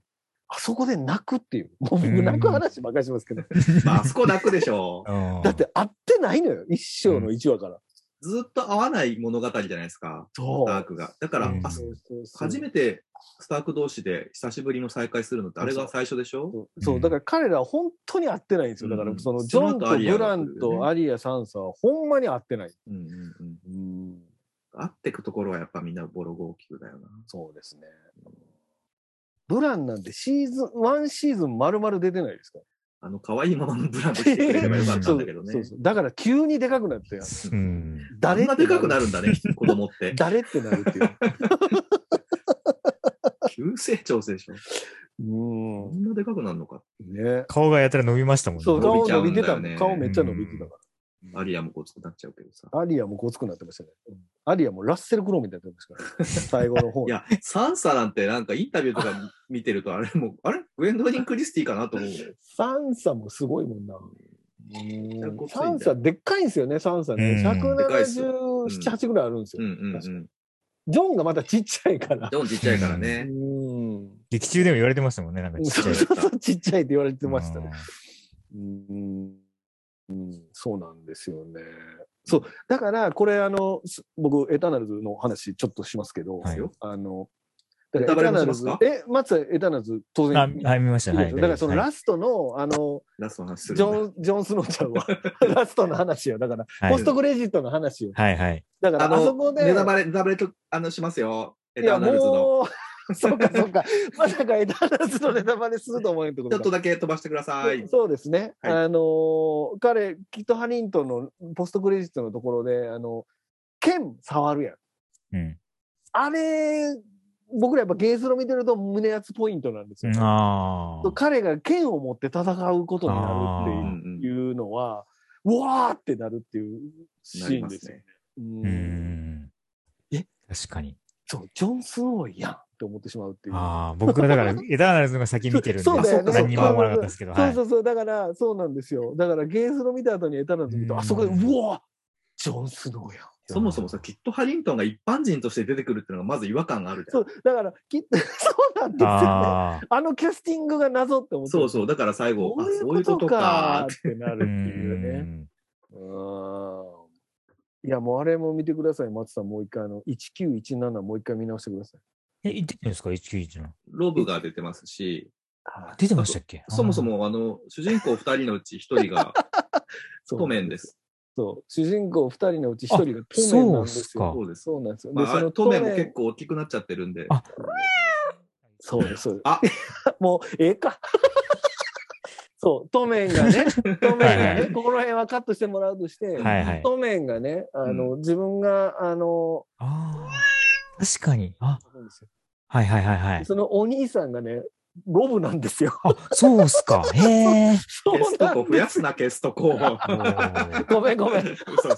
Speaker 2: あそこで泣くっていうもう
Speaker 3: う
Speaker 2: 僕
Speaker 3: ん
Speaker 2: 泣く話ばっかりしますけど、
Speaker 1: まあ、あそこ泣くでしょう。
Speaker 2: だって会ってないのよ一生の一話から、
Speaker 1: ずっと会わない物語じゃないですか、
Speaker 2: そ
Speaker 1: スタークが。だから、
Speaker 3: うん
Speaker 1: あ
Speaker 2: そ
Speaker 1: そう
Speaker 2: そうそう
Speaker 1: 初めてスターク同士で久しぶりの再会するのって、あれが最初でしょ
Speaker 2: そうそうだから彼らは本当に会ってないんですよだからそのジョンとブランとアリア・サンサはほんまに会ってない、
Speaker 1: うんうんうん。
Speaker 2: うん、
Speaker 1: 会ってくところはやっぱみんなボロ号泣だよな。
Speaker 2: そうですねブランなんてシーズン1シーズン丸々出てないですから
Speaker 1: あの、可愛いままのブランドしてくれればよかったんだけ どね。
Speaker 2: そうそうそうだから急にでかくなっ て
Speaker 3: うん。
Speaker 1: あ
Speaker 2: 誰
Speaker 1: んな
Speaker 2: って
Speaker 1: でかくなるん だね、子供って。
Speaker 2: 誰ってなるっていう
Speaker 1: 急成長するでしょ。こ
Speaker 2: うん
Speaker 1: なでかくなるのか。
Speaker 2: ね
Speaker 3: 顔がやたら伸びましたもんね。
Speaker 2: そう
Speaker 1: 伸
Speaker 2: 顔
Speaker 1: びちゃ
Speaker 2: 伸
Speaker 1: う
Speaker 2: び
Speaker 1: ん
Speaker 2: て
Speaker 1: だ
Speaker 2: た
Speaker 1: よ
Speaker 2: も
Speaker 1: ね
Speaker 2: ん顔めっちゃ伸びてたか
Speaker 1: アリアもこうつくなっちゃうけどさ。
Speaker 2: らアリアもごつくなってましたね、うんアリアもラッセル・クロウみたいなとこ ですから、最後の方
Speaker 1: いや、サンサなんてなんかインタビュー とか見てると、あれもう、あれグエンドリン・クリスティかなと思う。
Speaker 2: サンサもすごいもんな。
Speaker 1: ん
Speaker 2: サンサでっかいんですよね、サンサね。
Speaker 3: うん
Speaker 2: 177、
Speaker 1: でかいっすようん
Speaker 2: 8ぐらいあるんです
Speaker 1: うん
Speaker 2: よ。
Speaker 1: うんうん。
Speaker 2: 確
Speaker 1: ジ
Speaker 2: かジョンがまたちっちゃいから。
Speaker 1: ョンちっちゃいから
Speaker 2: う
Speaker 1: ね。
Speaker 2: ん。
Speaker 3: 劇中でも言われてましたもんね、なんかちっちゃ
Speaker 2: そ
Speaker 3: い。
Speaker 2: うそうそう、ちっちゃいって言われてました
Speaker 3: う
Speaker 2: ね
Speaker 3: ん。
Speaker 2: うん、うんそうなんですよね。そう、だから、これ、あの、す僕、エターナルズの話、ちょっとしますけど、
Speaker 3: はい
Speaker 2: あの、だ
Speaker 1: ネタバレもし
Speaker 2: ル
Speaker 1: ます
Speaker 2: ズ
Speaker 1: か、
Speaker 2: え、松さんエターナルズ、当然、
Speaker 3: あ、
Speaker 2: 見て
Speaker 3: はい、見ました。
Speaker 2: る
Speaker 3: は
Speaker 2: で
Speaker 3: い。
Speaker 2: しょだから、その
Speaker 3: はい
Speaker 2: ラストの、あの、
Speaker 1: ラストの話す
Speaker 2: ジ
Speaker 1: る。
Speaker 2: ョン、ジョン・スノーちゃ んは、ラストの話よ。だから、
Speaker 3: はい
Speaker 2: ポストクレジットの話よ。
Speaker 3: はいはい。
Speaker 2: だか
Speaker 1: あ
Speaker 2: ら、あそ
Speaker 1: の
Speaker 2: こ、で、
Speaker 1: ネタバレ、ネタバレと、あの、しますよ。エ
Speaker 2: い
Speaker 1: タ
Speaker 2: や、
Speaker 1: ーナルズの。
Speaker 2: もう、 そっかそっか、まさかエターナルズのネタバレすると思うってこ
Speaker 1: ちょっ
Speaker 2: とか
Speaker 1: とだけ飛ばしてください。
Speaker 2: そうですね。
Speaker 1: はい
Speaker 2: あのー彼、キット・ハリントンのポストクレジットのところで、あの、剣触るやん。
Speaker 3: うん。
Speaker 2: あれ、僕らやっぱゲースロ見てると胸熱ポイントなんですよ。
Speaker 3: ああ。
Speaker 2: 彼が剣を持って戦うことにな
Speaker 1: うんう
Speaker 2: る
Speaker 1: ん
Speaker 2: っていうのは、うわーってなるっていうシ
Speaker 1: なり
Speaker 2: ーン
Speaker 1: ま
Speaker 2: ですすよ。
Speaker 1: ね。
Speaker 2: うん
Speaker 3: うん。
Speaker 2: え
Speaker 3: 確かに。
Speaker 2: そう、ジョン・スノーやんって思ってしまうっていう。
Speaker 3: ああ、僕は だから、エターナルズの方が先見てるんで、
Speaker 2: そう
Speaker 1: だよね
Speaker 3: 何にも思わなかったですけど、は
Speaker 2: そう
Speaker 3: い
Speaker 2: そ。うそう、だから、そうなんですよ。だから、ゲースロ見た後にエターナルズ見る
Speaker 3: う
Speaker 2: と、
Speaker 3: ん
Speaker 2: あそこで、うわジョン・スノーやん。
Speaker 1: そもそもさ、キット・ハリントンが一般人として出てくるっていうのがまず違和感があるじゃ
Speaker 2: そ
Speaker 1: ん
Speaker 2: う、だから、きっと、 そうなんですよね。あ
Speaker 3: ああ。
Speaker 2: のキャスティングが謎って思って。
Speaker 1: そうそう、だから最後、
Speaker 2: こ
Speaker 1: あ、
Speaker 2: うい
Speaker 1: そういううこ
Speaker 2: ことと
Speaker 1: か
Speaker 2: か。ってなるっていうね。うんいや、もうあれも見てください、松さん。もう一回、あの、1917もう一回見直してください。
Speaker 3: え、出てるんですか ?191 の。
Speaker 1: ロブが出てますし、
Speaker 2: はい
Speaker 3: 出てましたっけ
Speaker 1: そもそ。も、あの、主人公二人のうち一人が
Speaker 2: そう
Speaker 1: トメンです。
Speaker 2: そう。主人公二人のうち一人がトメンなんです
Speaker 3: あ
Speaker 2: よ。
Speaker 1: そうです。
Speaker 2: そうなんですよ。
Speaker 1: ま
Speaker 2: で、
Speaker 1: あ、
Speaker 2: そ
Speaker 1: あ
Speaker 2: の
Speaker 1: トメンも結構大きくなっちゃってるんで
Speaker 3: あ、
Speaker 2: そうです、そうです。
Speaker 1: あ
Speaker 2: もう、ええか。 そう、当面 がね、当面がね、
Speaker 3: はいはい
Speaker 2: ここら辺はカットしてもらうとして、
Speaker 3: あーは いはい。
Speaker 2: 当面がね、あの、自分が、あの、
Speaker 3: ああ。確かに。あ、はいはいはいはい。
Speaker 2: そのお兄さんがね、ロブなんですよ。
Speaker 3: あ、そうっ すか。へえ。
Speaker 2: そう
Speaker 1: ゲスト
Speaker 2: な
Speaker 1: コ
Speaker 2: ん
Speaker 1: 増やすな、ゲストコ
Speaker 3: おー
Speaker 2: ごめん ごめん。
Speaker 1: そうそ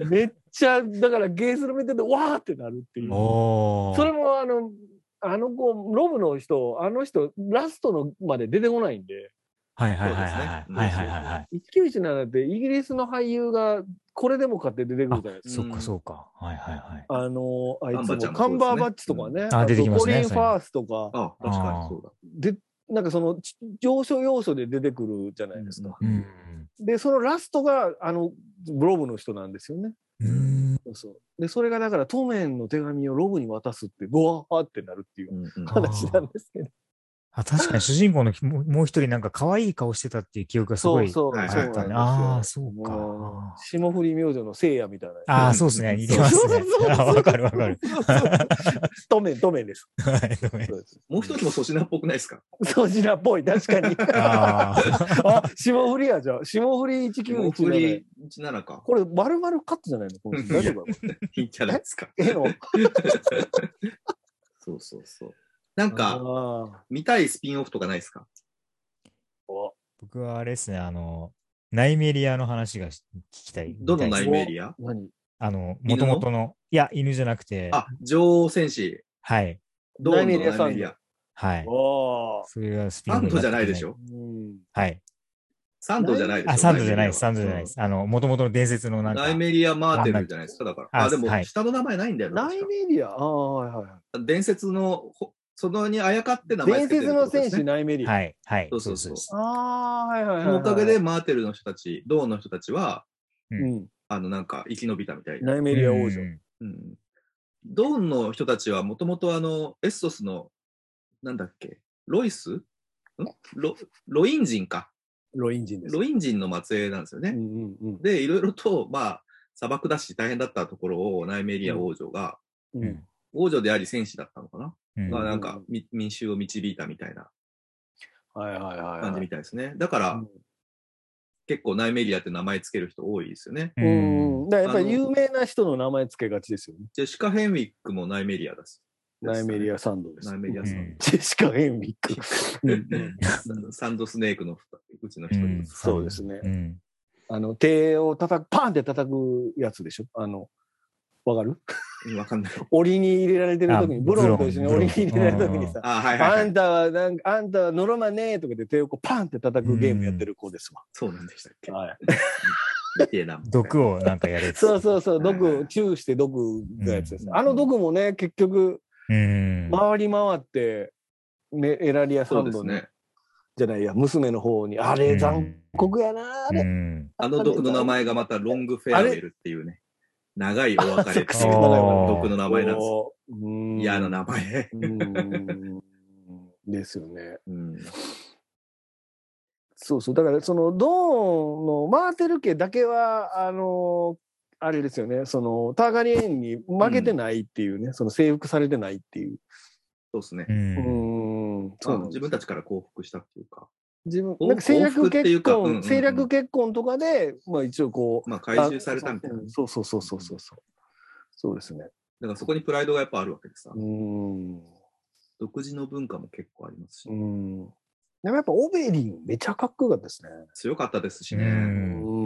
Speaker 1: う。
Speaker 2: めっちゃ、だからゲースの見てて、わーってなるっていう。
Speaker 3: おー。
Speaker 2: それもあの、あの子、ロブの人、あの人、ラストのまで出てこないんで。
Speaker 3: はいはいはいはい。はいはいはいはい。
Speaker 2: 1917ってイギリスの俳優がこれでもかって出てくるじゃないですか。
Speaker 3: そっかそっか。はいはいはい。
Speaker 2: あのーあい
Speaker 1: カンバち
Speaker 2: つ
Speaker 1: ゃん
Speaker 2: も
Speaker 1: も
Speaker 2: カンバーバッチとかね、
Speaker 3: んあ出てきますね
Speaker 2: コリン・ファースとか、
Speaker 1: あ、確かにそうだ。
Speaker 2: で、なんかそのち要所要所で出てくるじゃないですか。
Speaker 3: うん。
Speaker 2: で、そのラストがあのブロブの人なんですよね。
Speaker 3: うーん。
Speaker 2: そうそうで、それがだから当面の手紙をロブに渡すって、ゴワーってなるっていう
Speaker 1: うんうん
Speaker 2: 話なんですけど。
Speaker 3: あ、確かに主人公のもうもう一人なんか可愛い顔してたっていう記憶がすごい。
Speaker 2: そうそう、
Speaker 1: はい
Speaker 2: そう
Speaker 1: は
Speaker 2: ないんですよ。
Speaker 3: ああ、そうか。
Speaker 2: もう霜降り明星の聖夜みたいな。
Speaker 3: ああ、そうですね。似てますね
Speaker 2: そうそうそう。
Speaker 3: あ わかるわかる。。
Speaker 2: トメン、トメンです。
Speaker 3: はいごめん
Speaker 2: そうです。
Speaker 1: もう一人も粗品っぽくないですか
Speaker 2: ソジラっぽい、確かに。
Speaker 3: あ
Speaker 2: あ、霜降りやじゃあ。霜降り
Speaker 1: も振
Speaker 2: 1917
Speaker 1: り。17か。
Speaker 2: これ、丸々カットじゃないのこの人大丈夫かない
Speaker 1: いんじゃない ですか。
Speaker 2: ええの
Speaker 1: そうそうそう。なんか、
Speaker 2: あ
Speaker 1: 見たいスピンオフとかないですか
Speaker 2: ー
Speaker 3: 僕はあれですね、あの、ナイメリアの話がし聞きたい。
Speaker 1: どのナイメリア
Speaker 2: 何
Speaker 3: あの、も
Speaker 1: 犬
Speaker 3: と
Speaker 1: の
Speaker 3: もとの、いや、犬じゃなくて、
Speaker 1: あ、女王戦士。
Speaker 3: はい、
Speaker 1: どうのナ
Speaker 2: ナイ
Speaker 1: イ
Speaker 2: メリアさん
Speaker 1: メリア。
Speaker 3: はい。
Speaker 2: あ
Speaker 3: それがスピン
Speaker 1: サ
Speaker 3: オフ
Speaker 1: ン
Speaker 3: に
Speaker 1: ドじゃ
Speaker 3: って
Speaker 1: ないでし
Speaker 2: あ
Speaker 1: ょ。
Speaker 2: うん
Speaker 3: はい。
Speaker 1: サンドじゃないでしょ。
Speaker 3: あ、サンドじゃないです、サ
Speaker 1: ナイ
Speaker 3: ンド
Speaker 1: メリアは
Speaker 3: じゃないです。あの、もともとの伝説のなんか
Speaker 1: ナイ、メリア・マーテルじゃないですか。だから。
Speaker 3: あ
Speaker 1: あ、でも
Speaker 3: は、い
Speaker 1: 下の名前ないんだよな
Speaker 2: ナイメリア、ああ、はいはいは
Speaker 1: 伝説の、ほそのにあやかって名
Speaker 2: い。
Speaker 1: 前
Speaker 2: 伝
Speaker 1: つけてる
Speaker 2: 説
Speaker 1: ってことです
Speaker 2: の戦士、
Speaker 1: ね。
Speaker 2: ナイメリア。
Speaker 3: はい、はい。
Speaker 1: そうそうそう
Speaker 3: です
Speaker 2: ああ、はいはいはい
Speaker 1: そ
Speaker 2: はい。
Speaker 1: のおかげで、マーテルの人たち、銅の人たちは、
Speaker 2: う
Speaker 3: うん
Speaker 2: ん、
Speaker 1: あの、なんか、生き延びたみたいな。
Speaker 2: ナイメリア王
Speaker 3: う
Speaker 2: 女。
Speaker 3: ん
Speaker 1: うん。ドーンの人たちはもともとあの、エッソスの、なんだっけ、ロイスんロ、ロイン人か。
Speaker 2: ロイン人です。
Speaker 1: ロイン人の末裔なんですよ
Speaker 2: う
Speaker 1: ね。
Speaker 2: んうんうん
Speaker 1: で、いろいろと、まあ、砂漠だし大変だったところをナイメリア王女が、
Speaker 2: う
Speaker 3: うんん。
Speaker 1: 王女であり戦士だったのかな、
Speaker 3: うん
Speaker 1: がなんかみ民衆を導いたみたいな
Speaker 2: はいはいはい
Speaker 1: 感
Speaker 2: は
Speaker 1: じ
Speaker 2: い
Speaker 1: み。たいですね。だから、
Speaker 2: うん
Speaker 1: 結構ナイメリアって名前つける人多いですよね。
Speaker 2: うん、だからやっ
Speaker 1: あ
Speaker 2: ぱり有
Speaker 1: の
Speaker 2: 名な人の名前つけがちですよね。
Speaker 1: ジェシカ・ヘンウィックもナイメリアだし。
Speaker 2: ナイメリ
Speaker 1: ア。
Speaker 2: ア・サンドです。
Speaker 1: ナイメリア
Speaker 3: う
Speaker 1: さん。
Speaker 3: ん
Speaker 2: ジェシカ・ヘンビック。
Speaker 1: サンドスネークのうちの一
Speaker 3: う
Speaker 1: 人
Speaker 3: ん
Speaker 1: です。
Speaker 2: そうですね
Speaker 3: うん
Speaker 2: あの、手を叩く、パンって叩くやつでしょあの、わかる
Speaker 1: うんわかんない。
Speaker 2: 檻に入れられてる時に、
Speaker 3: あ
Speaker 2: ブロンと一緒に
Speaker 3: ブロ
Speaker 2: 檻
Speaker 3: ン
Speaker 2: に入れられた時にさ、
Speaker 1: あー、はいはい、
Speaker 2: あ
Speaker 1: はい
Speaker 2: ん。たはなんか、あんたはのろまねえとかで手をこうパンって叩くゲームやってる子ですわ。
Speaker 1: そうなんでしたっけ。
Speaker 2: はい、
Speaker 1: 見てえ な。
Speaker 3: 毒をなんかやるやつ。
Speaker 2: そうそうそう、
Speaker 1: う
Speaker 2: 毒、
Speaker 1: ん
Speaker 2: チューして毒のやつですね。
Speaker 1: うん
Speaker 2: あの毒もね、結局、
Speaker 3: うん。
Speaker 2: 回り回って、ね、エラリアサ
Speaker 1: そう
Speaker 2: ン
Speaker 1: で
Speaker 2: ド
Speaker 1: す
Speaker 2: の、
Speaker 1: ね。
Speaker 2: じゃないや、娘の方に、あ
Speaker 3: う
Speaker 2: れ
Speaker 3: ん
Speaker 2: 残酷やな、あれ。
Speaker 3: うん
Speaker 1: あの毒の名前がまたロングフェアウェルっていうね、長いお別れっていう
Speaker 3: あ
Speaker 1: 毒の名前なんですよ。
Speaker 2: こううん
Speaker 1: 嫌な名前。
Speaker 2: うーんですよね。
Speaker 1: うん。
Speaker 2: そうそう。だから、その、ドーンのマーテル家だけは、あの、あれですよね。その、ターガリエンに負けてないっていうね、その征服されてないっていう。
Speaker 1: そうですね
Speaker 3: う。。
Speaker 2: うんーん。
Speaker 1: そ
Speaker 2: そううなんです
Speaker 1: 自分たちから降伏したっていうか、
Speaker 2: 自分、
Speaker 1: 往
Speaker 2: なんか政
Speaker 1: 往復
Speaker 2: 略
Speaker 1: ってい
Speaker 2: 結
Speaker 1: うかうんうんう
Speaker 2: 婚、
Speaker 1: ん
Speaker 2: 政略結婚とかで、まあ一応こう。
Speaker 1: まあ回収されたみたいな。
Speaker 2: あ
Speaker 1: だ
Speaker 2: そうそうそうそうそうそう。そうですね。
Speaker 1: からそこにプライドがやっぱあるわけでさ
Speaker 2: う、ーん。う
Speaker 1: 独自の文化も結構ありますし
Speaker 2: ー、ん。でもやっぱオベリンめちゃかっこよかったですね。
Speaker 1: 強かったですし
Speaker 3: う
Speaker 1: ね。
Speaker 3: ん
Speaker 2: う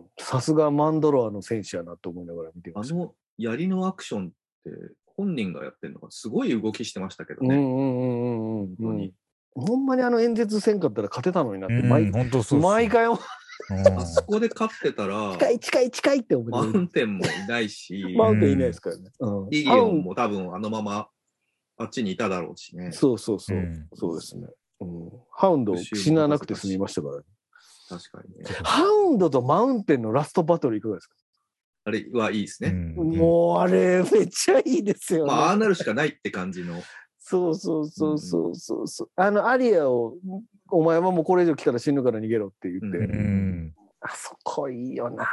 Speaker 2: んさすがマンドロアの選手やなと思いながら見て
Speaker 1: あ
Speaker 2: ました。
Speaker 1: の槍のアクションって本人がやってるのがすごい動きしてましたけど
Speaker 2: うんう
Speaker 1: ね。
Speaker 2: んうんうんう
Speaker 1: 本当
Speaker 2: ん
Speaker 1: に。
Speaker 2: ほんまにあの演説せんかったら勝てたのになって、
Speaker 3: うん
Speaker 2: 毎
Speaker 3: 本当そうっすね
Speaker 2: 毎回、
Speaker 3: うん
Speaker 1: あそこで勝ってたら、
Speaker 2: 近い近い近いって思
Speaker 1: マウ
Speaker 2: って
Speaker 1: ンテンもいないし、
Speaker 2: マウントいないですからね。うん
Speaker 1: リリオンも多分あのままあっちにいただろうしね。
Speaker 2: そうそうそうう。
Speaker 3: ん
Speaker 2: そうですね。うんハウンド死ななくて済みましたからね。
Speaker 1: 確かにね。
Speaker 2: ハウンドとマウンテンのラストバトルいかがですか
Speaker 1: あれはいいです
Speaker 3: う
Speaker 1: ね。
Speaker 3: ん
Speaker 2: もうあれめっちゃいいですよね。
Speaker 1: まあ、ああなるしかないって感じの。
Speaker 2: そうそうそうそうそうそう。あのアリアをお前はもうこれ以上来たら死ぬから逃げろって言って。
Speaker 1: うん
Speaker 3: うん
Speaker 2: あそこいいよな。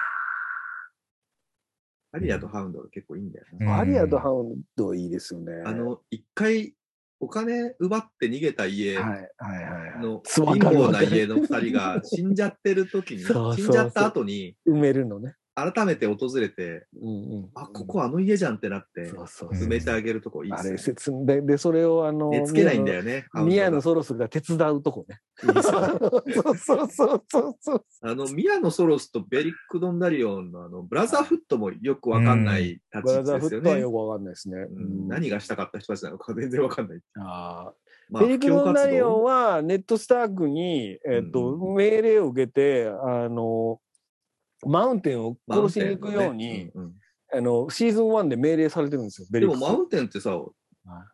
Speaker 1: アリアとハウンドが結構いいんだよ
Speaker 3: うん
Speaker 1: な。
Speaker 2: アリアとハウンドいいですよね。
Speaker 1: あの、一回、お金奪って逃げた家
Speaker 2: はい
Speaker 1: の、
Speaker 2: はいはいはい。
Speaker 1: 貧
Speaker 2: わかる
Speaker 1: 乏な家の二人が死んじゃってる時に、
Speaker 2: そうそう
Speaker 1: 死んじゃった後に、
Speaker 2: 埋めるのね。
Speaker 1: 改めて訪れて、
Speaker 2: うんうん。
Speaker 1: あ、ここあの家じゃんってなって、
Speaker 2: そうそうそ
Speaker 1: 埋
Speaker 2: う。
Speaker 1: めてあげるとこいい
Speaker 2: あ
Speaker 1: っ
Speaker 2: れ
Speaker 1: すね。
Speaker 2: 説明ででそれをあの
Speaker 1: 寝つけないんだよね。
Speaker 2: 宮野
Speaker 1: ハ
Speaker 2: ソロスが手伝うとこ ね。
Speaker 1: ウンド
Speaker 2: そ
Speaker 1: が
Speaker 2: うそう そうそうそう。
Speaker 1: あの、宮野ソロスとベリック・ドンダリオンのあの、ブラザーフットもよくわかんない立
Speaker 2: ブ
Speaker 1: ち位
Speaker 2: ラザー
Speaker 1: 置で
Speaker 2: フ
Speaker 1: すよ
Speaker 2: ットは
Speaker 1: ね
Speaker 2: よ。くわかんないですね。
Speaker 1: うん何がしたかった人たちなのか全然わかんない。
Speaker 2: ああ。
Speaker 1: ま
Speaker 2: フェリック・ロンダリオン
Speaker 1: は、
Speaker 2: はネット・スタークに、えっと
Speaker 1: うんうん
Speaker 2: 命令を受けてあのマウンテンを殺しに行くように、
Speaker 1: マウンテンのねうんうん
Speaker 2: あのシーズン1で命令されてるんですよベ
Speaker 1: で
Speaker 2: リッ
Speaker 1: も
Speaker 2: ク
Speaker 1: マウンテンってさ、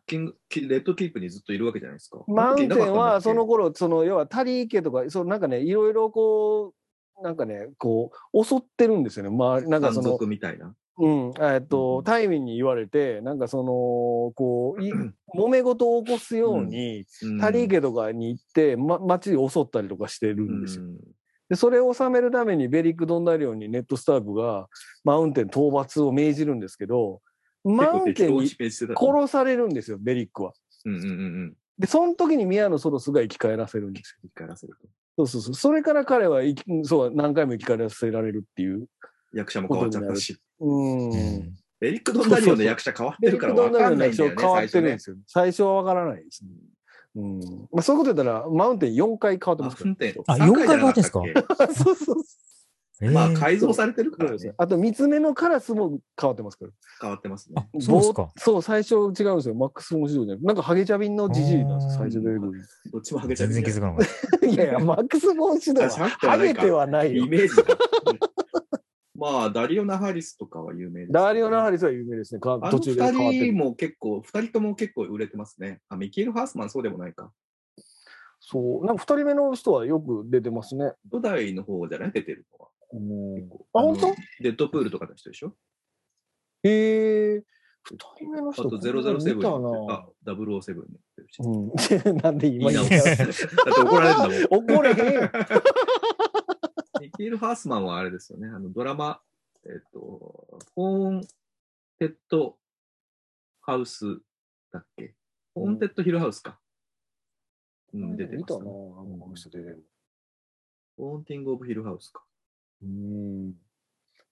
Speaker 1: キングキレッドキープにずっといるわけじゃないですか。
Speaker 2: マウンテンはそ
Speaker 1: 後、
Speaker 2: の頃その要はタリー家とかそうなんかねいろいろこうなんかねこう襲ってるんですよね、まあ、なんか
Speaker 1: 山
Speaker 2: その
Speaker 1: 賊みたいな。
Speaker 2: うんえっ
Speaker 1: う
Speaker 2: と
Speaker 1: ん
Speaker 2: タイミンに言われてなんかそのこ うい揉め事を起こすように、
Speaker 1: うん
Speaker 2: タリー家とかに行って、ま、街で襲ったりとかしてるんですよ。
Speaker 1: うん
Speaker 2: で、それを収めるためにベリック・ドンダリオンにネットスターブがマウンテン討伐を命じるんですけど、マウンテン
Speaker 1: 結構適当
Speaker 2: に
Speaker 1: に指名してた
Speaker 2: 殺されるんですよ、ベリックは。
Speaker 1: うんうんうんうん。
Speaker 2: で、その時に宮野ソロスが生き返らせるんですよ。
Speaker 1: 一回やらせると。
Speaker 2: そうそうそう。それから彼は生きそう、何回も生き返らせられるっていう。
Speaker 1: 役者も変わっちゃったし。
Speaker 2: うん。
Speaker 1: エリック・ドンダリオンの役者変わって
Speaker 2: ベ
Speaker 1: る
Speaker 2: リッ
Speaker 1: から
Speaker 2: ク・ド
Speaker 1: 分
Speaker 2: ンダリ
Speaker 1: かん
Speaker 2: オン
Speaker 1: な
Speaker 2: の
Speaker 1: いんだ
Speaker 2: 人
Speaker 1: よ
Speaker 2: は
Speaker 1: ね。
Speaker 2: 変わってるんですすよ。最初はわからないですね。うん。まあそういうこと言ったら、マウンテン4回変わって
Speaker 1: マ
Speaker 2: ますから
Speaker 1: ウンテン。
Speaker 3: あ
Speaker 1: 三回じゃなかた
Speaker 3: 四回変
Speaker 1: け
Speaker 2: そうそう そう。
Speaker 1: まあ
Speaker 3: えー
Speaker 1: 改造されてるからね
Speaker 2: あと、三つ目のカラスも変わってますから。
Speaker 1: 変わってますね
Speaker 3: あ。そうっす
Speaker 2: ぼ
Speaker 3: か
Speaker 2: ー。そう、最初違うんですよ。マックス面白いじゃん。なんかハゲチャビンのジジイなんですよ、最
Speaker 3: あー
Speaker 2: 初出てく
Speaker 1: どっちもハゲちゃ
Speaker 3: 全
Speaker 1: う。
Speaker 3: 然気づかなかった。
Speaker 2: る。いやいや、マックス面白い
Speaker 1: あシャ
Speaker 2: は
Speaker 1: ン。クは
Speaker 2: ハ
Speaker 1: ない
Speaker 2: ゲ
Speaker 1: か
Speaker 2: てはないよ
Speaker 1: イ。メージが。まあ、ダリオ・ナハリスとかは有名です。
Speaker 2: ダーリオ・ナハリスは有名ですね。か
Speaker 1: あの
Speaker 2: 途中で変わ
Speaker 1: 二
Speaker 2: って
Speaker 1: 人
Speaker 2: る。
Speaker 1: も結構、二人とも結構売れてますね。あ、ミキール・ハースマンそうでもないか。
Speaker 2: そう。なんか二人目の人はよく出てますね。
Speaker 1: 初代の方じゃない出てるのは。結構
Speaker 2: あ
Speaker 1: の
Speaker 2: 本当
Speaker 1: デッドプールとかの人でしょ
Speaker 2: へえ。二人目の
Speaker 1: あ
Speaker 2: 人
Speaker 1: と007
Speaker 2: 見
Speaker 1: に
Speaker 2: た
Speaker 1: あ
Speaker 2: な。、
Speaker 1: 007になってるし。
Speaker 2: うん。 なんで今
Speaker 1: いい
Speaker 2: 言
Speaker 1: な
Speaker 2: っ
Speaker 1: だって
Speaker 2: た
Speaker 1: 怒られるんだもん。
Speaker 2: 怒れへんよ。
Speaker 1: ミキール・ハースマンはあれですよね。あの、ドラマ、えっと、コーンテッドハウスだっけコーンテッドヒルハウスか。うん、出て
Speaker 2: 見
Speaker 1: ま
Speaker 2: た
Speaker 1: す
Speaker 2: な。
Speaker 1: ね。
Speaker 2: この人出てる。
Speaker 1: コーンティング・オブ・ヒルハウスか。
Speaker 2: うん。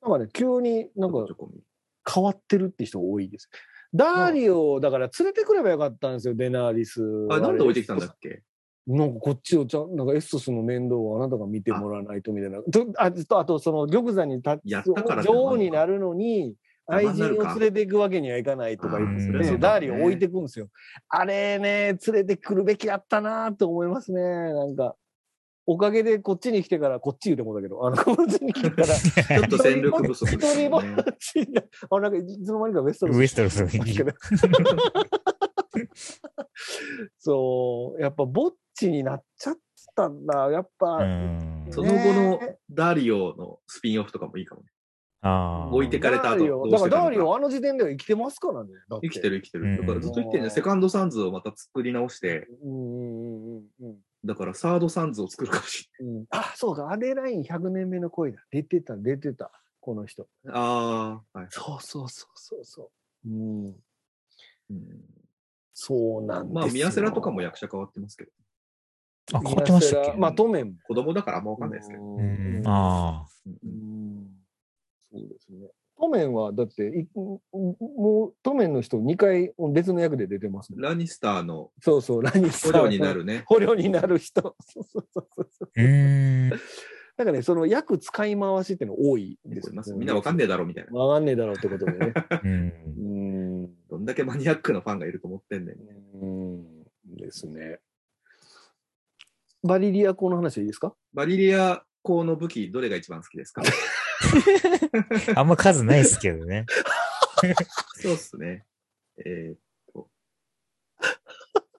Speaker 2: なんかね、急になんか
Speaker 1: ちょこ見る
Speaker 2: 変わってるって人多いです。ダーリオ、だから連れてくればよかったんですよ、デナーリス。
Speaker 1: あ、なんで置いてきたんだっけ
Speaker 2: なんかこっちをちゃん、なんかエストスの面倒をあなたが見てもらわないとみたいな。とあと、あとその玉座に立
Speaker 1: やったからって
Speaker 2: 女王になるのに、愛人を連れていくわけにはいかないとか言って
Speaker 3: うん
Speaker 2: ね、
Speaker 3: そう
Speaker 2: ダーリンを置いていくんですよ。あれね、連れてくるべきやったなと思いますね。なんか、おかげでこっちに来てから、こっち言うてもだけど、あの、こっちに来 てから、
Speaker 1: ちょっと戦力不足
Speaker 2: 一
Speaker 1: です
Speaker 2: 人
Speaker 1: よ
Speaker 2: ぼっ
Speaker 1: ね。
Speaker 2: ちになあ、なんか、いつの間にかウエス トロス
Speaker 3: ウエストロス
Speaker 2: だ
Speaker 3: の
Speaker 2: けどそう、やっぱぼっちになっちゃったんだ。やっぱ、
Speaker 3: うん
Speaker 1: その後のダリオのスピンオフとかもいいかもね。
Speaker 3: あー
Speaker 1: 置いてかれた
Speaker 2: ダー
Speaker 1: 後
Speaker 2: リオ
Speaker 1: どう
Speaker 2: だ
Speaker 1: し
Speaker 2: か
Speaker 1: て
Speaker 2: ら
Speaker 1: たのか
Speaker 2: ダーリオはあの時点では生きてますからね。だって
Speaker 1: 生きてる生きて
Speaker 3: う
Speaker 1: る。
Speaker 3: ん
Speaker 1: だからずっと言ってるね、セカンドサンズをまた作り直して、
Speaker 2: うんうんうんうんうん。
Speaker 1: だからサードサンズを作るかもし
Speaker 2: うん、あ、そうか、アデライン100年目の恋だ。出てた、出てた、この人。
Speaker 1: れない。ああ、はい。
Speaker 2: そうそうそうそうそう。うん、
Speaker 1: うん
Speaker 2: そうなんですよ
Speaker 1: まあ、宮セラとかも役者変わってますけど、
Speaker 3: あ、変わってました
Speaker 2: ミヤ
Speaker 3: っけ
Speaker 2: セラまあ、トメンも。
Speaker 1: 子供だからあんまわかんないですけど。
Speaker 3: う
Speaker 2: うん
Speaker 3: ん。あ
Speaker 1: うん
Speaker 2: う
Speaker 1: うん
Speaker 2: んそうですね。トメンは、だってい、もう、トメンの人2回別の役で出てますね。
Speaker 1: ラニスターの
Speaker 2: そうそう、ラニス
Speaker 1: 捕
Speaker 2: ター
Speaker 1: 虜にな。るね。
Speaker 2: 捕虜になる人。そうそうそうそう。
Speaker 3: あ。うーん。
Speaker 2: だからね、その役使い回しっていうの多いです
Speaker 1: 思
Speaker 2: よ
Speaker 1: いますみんなわかんねえだろみたいな。
Speaker 2: わかんねえだろうってことでね。
Speaker 3: うん
Speaker 2: うん。
Speaker 1: どんだけマニアックなファンがいると思ってんねん。
Speaker 2: うんですね。バリリア校の話はいいですか
Speaker 1: バリリア校の武器、どれが一番好き ですか
Speaker 3: あんま数ないですけどね。
Speaker 1: そうっすね。え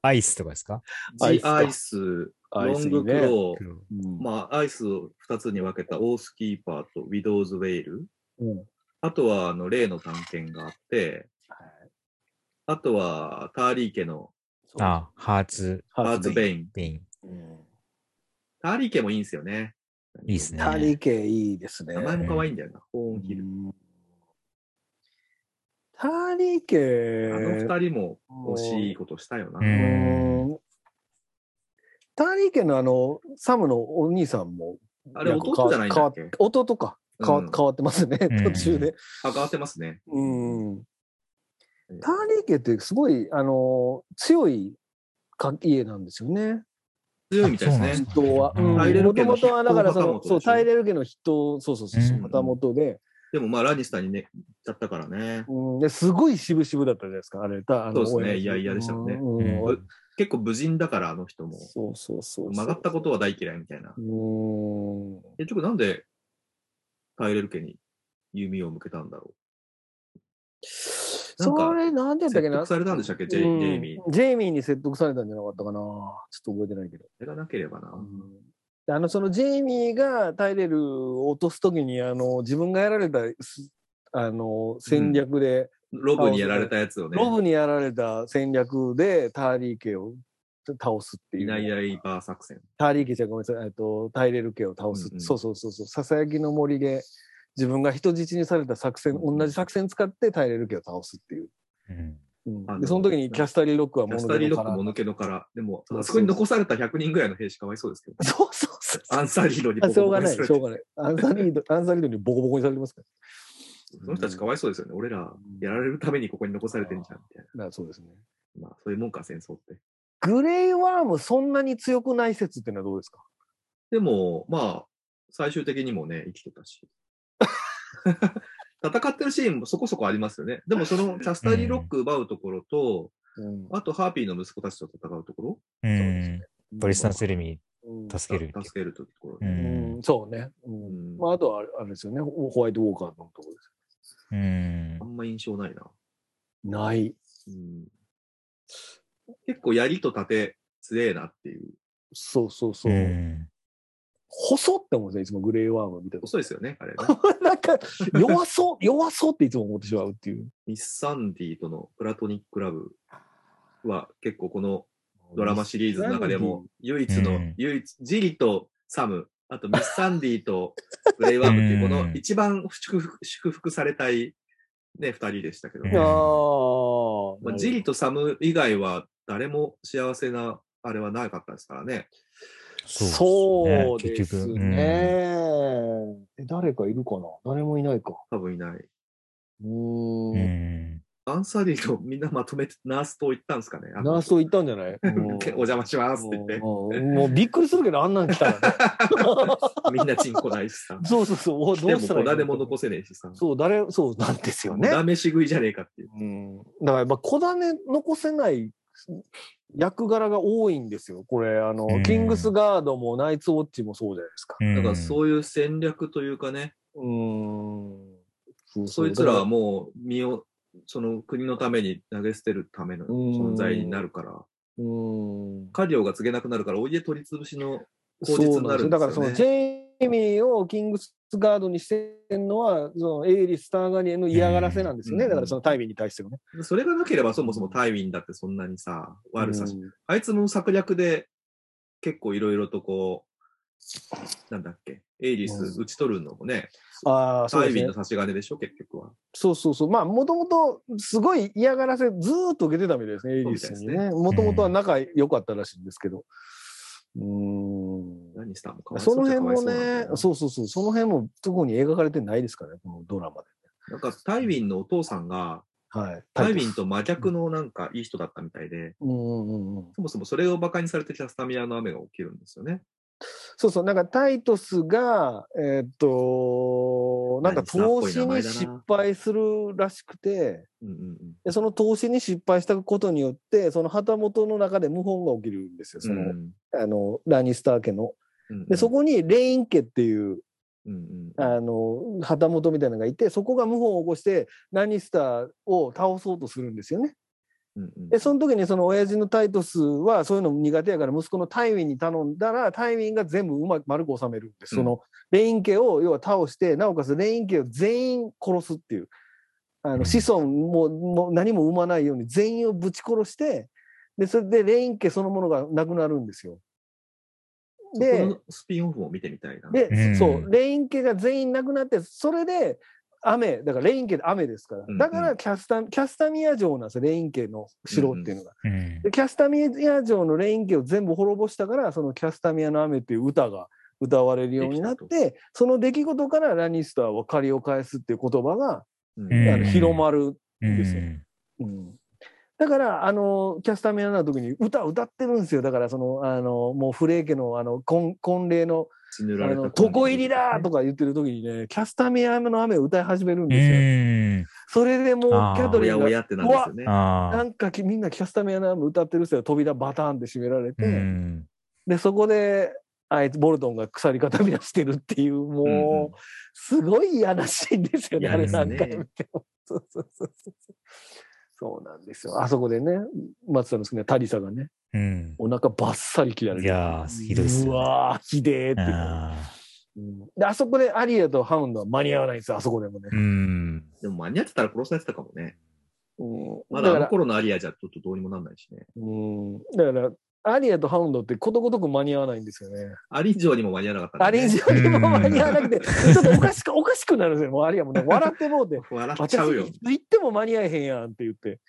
Speaker 3: アイスとかですか
Speaker 1: ー、ジ
Speaker 2: ア
Speaker 1: ア
Speaker 2: イ
Speaker 1: イス、
Speaker 2: アイ
Speaker 1: ロ
Speaker 2: ス
Speaker 1: ン
Speaker 2: い
Speaker 1: グ
Speaker 2: いね
Speaker 1: クロー、
Speaker 2: うん
Speaker 1: まあ、アイスを2つに分けたオースキーパーとウィドウズ・ウェイル。
Speaker 2: うん
Speaker 1: あとは、あの、例の探検があって、あとは、ターリー家の
Speaker 3: あ、ハーツ、
Speaker 2: ハ
Speaker 1: ハーツ・ベイン。
Speaker 3: ペイン。
Speaker 2: うん
Speaker 1: ターリー家もいいんですよね。
Speaker 3: いいですね。
Speaker 2: タリケいいですね。
Speaker 1: 名前も可愛いんだよな。ホーンヒル。
Speaker 2: タリケ
Speaker 1: あの二人も
Speaker 2: もう
Speaker 1: 惜しいことしたよな。
Speaker 3: うん
Speaker 2: うんタリケのあの、サムのお兄さんも、
Speaker 1: あれ
Speaker 2: なんか
Speaker 1: 弟じゃないんだっけ
Speaker 2: 変わっ弟か。変わ
Speaker 1: うん
Speaker 2: 変わってますね、
Speaker 3: うん
Speaker 2: 途中で。
Speaker 1: あ、変わってますね。
Speaker 2: うん。ターリー家ってすごい、あのー強い家家なんですよね。
Speaker 1: 強いみたいです
Speaker 3: あそうなん
Speaker 1: ね
Speaker 3: で。
Speaker 2: 筆頭は。
Speaker 3: うんタイレ
Speaker 1: ル
Speaker 2: も
Speaker 1: 家
Speaker 2: と
Speaker 1: の
Speaker 2: も
Speaker 1: 筆
Speaker 2: と
Speaker 1: 頭
Speaker 2: は、だからそ
Speaker 1: 旗
Speaker 2: の、
Speaker 1: 本でしょ
Speaker 2: そう、タイレル家の筆頭、そうそうそうそう
Speaker 3: う、ん
Speaker 2: 旗本で、
Speaker 1: でもまあ、ラニスターにね、行っちゃったからね。
Speaker 2: うん、ですごい渋々だったじゃないですか、あれ。たあの
Speaker 1: そうですね
Speaker 2: 親父
Speaker 1: いやいやでしたもんね
Speaker 2: うん
Speaker 3: うん
Speaker 2: うん
Speaker 1: 結構無人だから、あの人も。
Speaker 2: そうそうそう。
Speaker 1: 曲がったことは大嫌いみたいな
Speaker 2: う。ん。
Speaker 1: 結局なんで、タイレル家に弓を向けたんだろなんか
Speaker 2: それ、なんでや
Speaker 1: う。
Speaker 2: ったっけ
Speaker 1: 説
Speaker 2: な
Speaker 1: 得。されたんでしたっけ、ジェイ
Speaker 2: うん
Speaker 1: ジェイミー。
Speaker 2: ジェイミーに説得されたんじゃなかったかな。ちょっと覚えてないけど。
Speaker 1: それがなければな。
Speaker 2: であのそのジェイミーがタイレルを落とすときにあの自分がやられたすあの戦略で、
Speaker 1: ロブにやられたやつをね、
Speaker 2: ロブにやられた戦略でターリー家を倒すっていう
Speaker 1: いないいないバー作戦。
Speaker 2: ターリー家じゃごめんなさい、えっと、タイレル家を倒す、
Speaker 1: うんうん
Speaker 2: そうそうそうそうささやきの森で自分が人質にされた作戦、
Speaker 1: うん
Speaker 2: 同じ作戦使ってタイレル家を倒すっていう、
Speaker 3: うん
Speaker 2: うん
Speaker 1: あの
Speaker 2: でその時にキャスタリーロックは
Speaker 1: キャ
Speaker 2: 物
Speaker 1: スタリーロ
Speaker 2: のか
Speaker 1: ック
Speaker 2: ら
Speaker 1: も抜けのから。でも、
Speaker 2: そうそう
Speaker 1: あそこに残された100人ぐらいの兵士かわいそうですけど。
Speaker 2: そうそうそう
Speaker 1: アンサーリードに
Speaker 2: あ
Speaker 1: ボ
Speaker 2: し
Speaker 1: コ
Speaker 2: ょう
Speaker 1: ボコ
Speaker 2: が
Speaker 1: に
Speaker 2: ない
Speaker 1: され
Speaker 2: しょ
Speaker 1: て
Speaker 2: うがないアンサーリードアンサーリードにボコボコにされてますから
Speaker 1: その人たちかわいそうですよね。俺らやられるためにここに残されてんじゃんみたい
Speaker 2: なそうですね
Speaker 1: な。まあ、そういうもんか、戦争って。
Speaker 2: グレイワームそんなに強くない説っていうのはどうですか
Speaker 1: でも、まあ、最終的にもね、生きてたし。 戦ってるシーンもそこそこありますよね。でも、そのキャスタリーロック奪うところと、
Speaker 2: うん
Speaker 1: あとハーピーの息子たちと戦うところ、
Speaker 3: うん。ボリスタン・セレミ
Speaker 2: うん
Speaker 3: 助ける。
Speaker 1: 助けるところ
Speaker 3: う
Speaker 1: ね。
Speaker 2: うん
Speaker 3: ん。
Speaker 2: そうね、うん
Speaker 1: うん
Speaker 2: まあ、あとはあれあれですよねホホワイトウォーカーのところです
Speaker 3: うん
Speaker 1: あんま印象ないな。
Speaker 2: ない
Speaker 1: うん、結構、槍と盾、強えなっていう。
Speaker 2: そうそうそうう、
Speaker 3: ん。
Speaker 2: 細って思うんですよいつもグレイワームみたいな
Speaker 1: 遅いですよね、あれね。
Speaker 2: なんか弱そう弱そうっていつも思ってしまうっていう
Speaker 1: ミス・サンディとのプラトニック・ラブは結構このドラマシリーズの中でも唯一の、
Speaker 3: うん
Speaker 1: 唯一、ジリとサム、あとミス・サンディとブレイワームっていうこの
Speaker 3: うん
Speaker 1: 一番祝福祝福されたいね、二人でしたけど、
Speaker 3: うん
Speaker 2: ああ、
Speaker 1: まあ、ジリとサム以外は誰も幸せなあれはなかったですからね。
Speaker 2: そう
Speaker 3: っすね
Speaker 2: ですね。え誰かいるかな誰もいないか。
Speaker 1: 多分いない。
Speaker 2: うーん
Speaker 3: うん。うん
Speaker 1: アンサーディをみんなまとめてナースと行ったんですかね。あの
Speaker 2: ナースと行ったんじゃないも
Speaker 1: お邪魔しますって言って、
Speaker 2: ううんもうびっくりするけど、あんなん来た らね。。
Speaker 1: みんなチンコないしさ
Speaker 2: そうそうそう、お
Speaker 1: 来
Speaker 2: ど
Speaker 1: て
Speaker 2: う
Speaker 1: も
Speaker 2: したらい
Speaker 1: 粉
Speaker 2: いの
Speaker 1: でも残せねえしさ。
Speaker 2: そう、誰、そうなんですよね。
Speaker 1: ダメし食いじゃねえかっていう。
Speaker 2: うん。だからやっぱ小種残せない役柄が多いんですよ。これ、あの、
Speaker 3: うん
Speaker 2: キングスガードもナイツウォッチもそうじゃないですか。
Speaker 1: だから
Speaker 3: う
Speaker 1: そういう戦略というかね、
Speaker 2: うん。そう
Speaker 1: そいつらはもう身を、その国のために投げ捨てるための存在になるから、
Speaker 2: うん。
Speaker 1: 家業が告げなくなるから、お家取り潰しの、口実
Speaker 2: そう
Speaker 1: になん
Speaker 2: なです
Speaker 1: る
Speaker 2: よ。
Speaker 1: んですよね
Speaker 2: だからそのジェイミーをキングスガードにしてるのは、そのエイリス・ターガニエの嫌がらせなんですよね。
Speaker 1: うん
Speaker 2: だからそのタイビーに対してもね。
Speaker 1: それがなければそもそもタイウィンだってそんなにさ、悪さし、
Speaker 2: うん
Speaker 1: あいつの策略で結構いろいろとこう、なんだっけ、エイリス
Speaker 2: うん
Speaker 1: 打ち取るのもね、
Speaker 2: ああ、そう
Speaker 1: タイ
Speaker 2: で
Speaker 1: ウィ
Speaker 2: す
Speaker 1: ン
Speaker 2: ね
Speaker 1: の。差し金でしょ、結局は。
Speaker 2: そうそうそう。まあ、もともと、すごい嫌がらせ、ずーっと受けてたみたいですね、エイリスに
Speaker 1: そうみたい
Speaker 2: ね。もともとは仲良かったらしいんですけど。うーん。
Speaker 1: 何したのかわい
Speaker 2: そうの
Speaker 1: っちゃ
Speaker 2: 辺
Speaker 1: かわいそ
Speaker 2: も
Speaker 1: うなんだ
Speaker 2: ね
Speaker 1: よ、な
Speaker 2: そうそうそう、その辺も特に描かれてないですからね、このドラマで。
Speaker 1: なんかタイウィンのお父さんが、
Speaker 2: はい。
Speaker 1: タイウィンと真逆のなんかいい人だったみたいで、
Speaker 2: うんうんうん。
Speaker 1: そもそもそれを馬鹿にされてキャスタミアの雨が起きるんですよね。
Speaker 2: そうそう、なんかタイトスが、えーっと、なんか投資に失敗するらしくて、
Speaker 1: うんうんうん。
Speaker 2: でその投資に失敗したことによって、その旗本の中で謀反が起きるんですよ、その、
Speaker 1: うん
Speaker 2: あの、ラニスター家の。
Speaker 1: うん
Speaker 2: で、そ、こにレイン家っていう、
Speaker 1: うんうん
Speaker 2: あの、旗本みたいなのがいて、そこが謀反を起こして、ラニスターを倒そうとするんですよね。
Speaker 1: うんうん
Speaker 2: で、その時にその親父のタイトスは、そういうの苦手やから、息子のタイウィンに頼んだら、タイウィンが全部うまく丸く収めるんです。
Speaker 1: うん
Speaker 2: その、レイン家を、要は倒して、なおかつレイン家を全員殺すっていう。あ
Speaker 3: うん
Speaker 2: の、子孫も、もう何も生まないように全員をぶち殺して、で、それでレイン家そのものがなくなるんですよ。で、
Speaker 1: そこのスピンオフも見てみたいな。
Speaker 2: で、
Speaker 3: うん
Speaker 2: そう、レイン家が全員亡くなって、それで雨、だからレイン家で雨ですから
Speaker 1: うんうん、
Speaker 2: だからキャスタ,、キャスタミア城なんですよ、レイン家の城っていうのが。
Speaker 3: ん
Speaker 2: でキャスタミア城のレイン家を全部滅ぼしたから、そのキャスタミアの雨っていう歌が歌われるようになっ
Speaker 1: で
Speaker 2: て、その出来事からラニスターは借りを返すっていう言葉が、
Speaker 1: うん
Speaker 3: うん
Speaker 2: あの広まる、
Speaker 3: うん
Speaker 2: ですようんだから、あの、キャスタミアの時に歌歌ってるんですよ。だから、その、あの、もうフレー家の、あの、婚婚礼の、
Speaker 1: 血塗ら
Speaker 2: あ
Speaker 1: れた
Speaker 2: の、床入りだとか言ってる時にね、キャスタミアの雨を歌い始めるん
Speaker 3: う
Speaker 2: ですよ。
Speaker 3: ん
Speaker 2: それでもう、キ
Speaker 3: あー
Speaker 2: ャト
Speaker 1: お
Speaker 2: リ
Speaker 1: や
Speaker 2: ン
Speaker 1: お
Speaker 2: が、
Speaker 1: やってなんですよね。
Speaker 3: あ
Speaker 2: なんかきみんなキャスタミアの雨歌ってる人は扉バターンで閉められ
Speaker 3: ー
Speaker 2: て、
Speaker 3: うん
Speaker 2: で、そこで、あいつ、ボルトンが鎖固め出してるっていう、もう、
Speaker 1: うんうん
Speaker 2: すごい嫌なシーンですよね、
Speaker 1: 嫌
Speaker 2: あ
Speaker 1: で
Speaker 2: れ
Speaker 1: すね
Speaker 2: 何回見ても。そうそうそうそう。そうなんですよ。あそこでね、松田の好きなタリサがね、
Speaker 3: うん
Speaker 2: お腹ばっさり切られ
Speaker 3: い
Speaker 2: て。
Speaker 3: やー、ひどいっす
Speaker 2: う
Speaker 3: よね。
Speaker 2: わー、ひでえっていう。
Speaker 3: あ
Speaker 2: うんで、あそこでアリアとハウンドは間に合わないんですよ、あそこでもね
Speaker 3: ー。うん。
Speaker 1: でも間に合ってたら殺されてたかもね。
Speaker 2: うん
Speaker 1: ま
Speaker 2: だ
Speaker 1: だ
Speaker 2: か
Speaker 1: あの
Speaker 2: ら、
Speaker 1: 頃のアリアじゃちょっとどうにもなんないしね。
Speaker 2: うん、だから、アリアとハウンドってことごとく間に合わないんですよね。
Speaker 1: アリ城にも間に合わなかった
Speaker 2: ア
Speaker 1: んだね、
Speaker 2: リ以上にも間に合わなくて、ちょっとおかしく、お かしくなるんですよ、もうアリアもね、笑ってもうて。
Speaker 1: 笑っ
Speaker 2: 私
Speaker 1: ちゃうよ。
Speaker 2: 行っても間に合えへんやんって言って。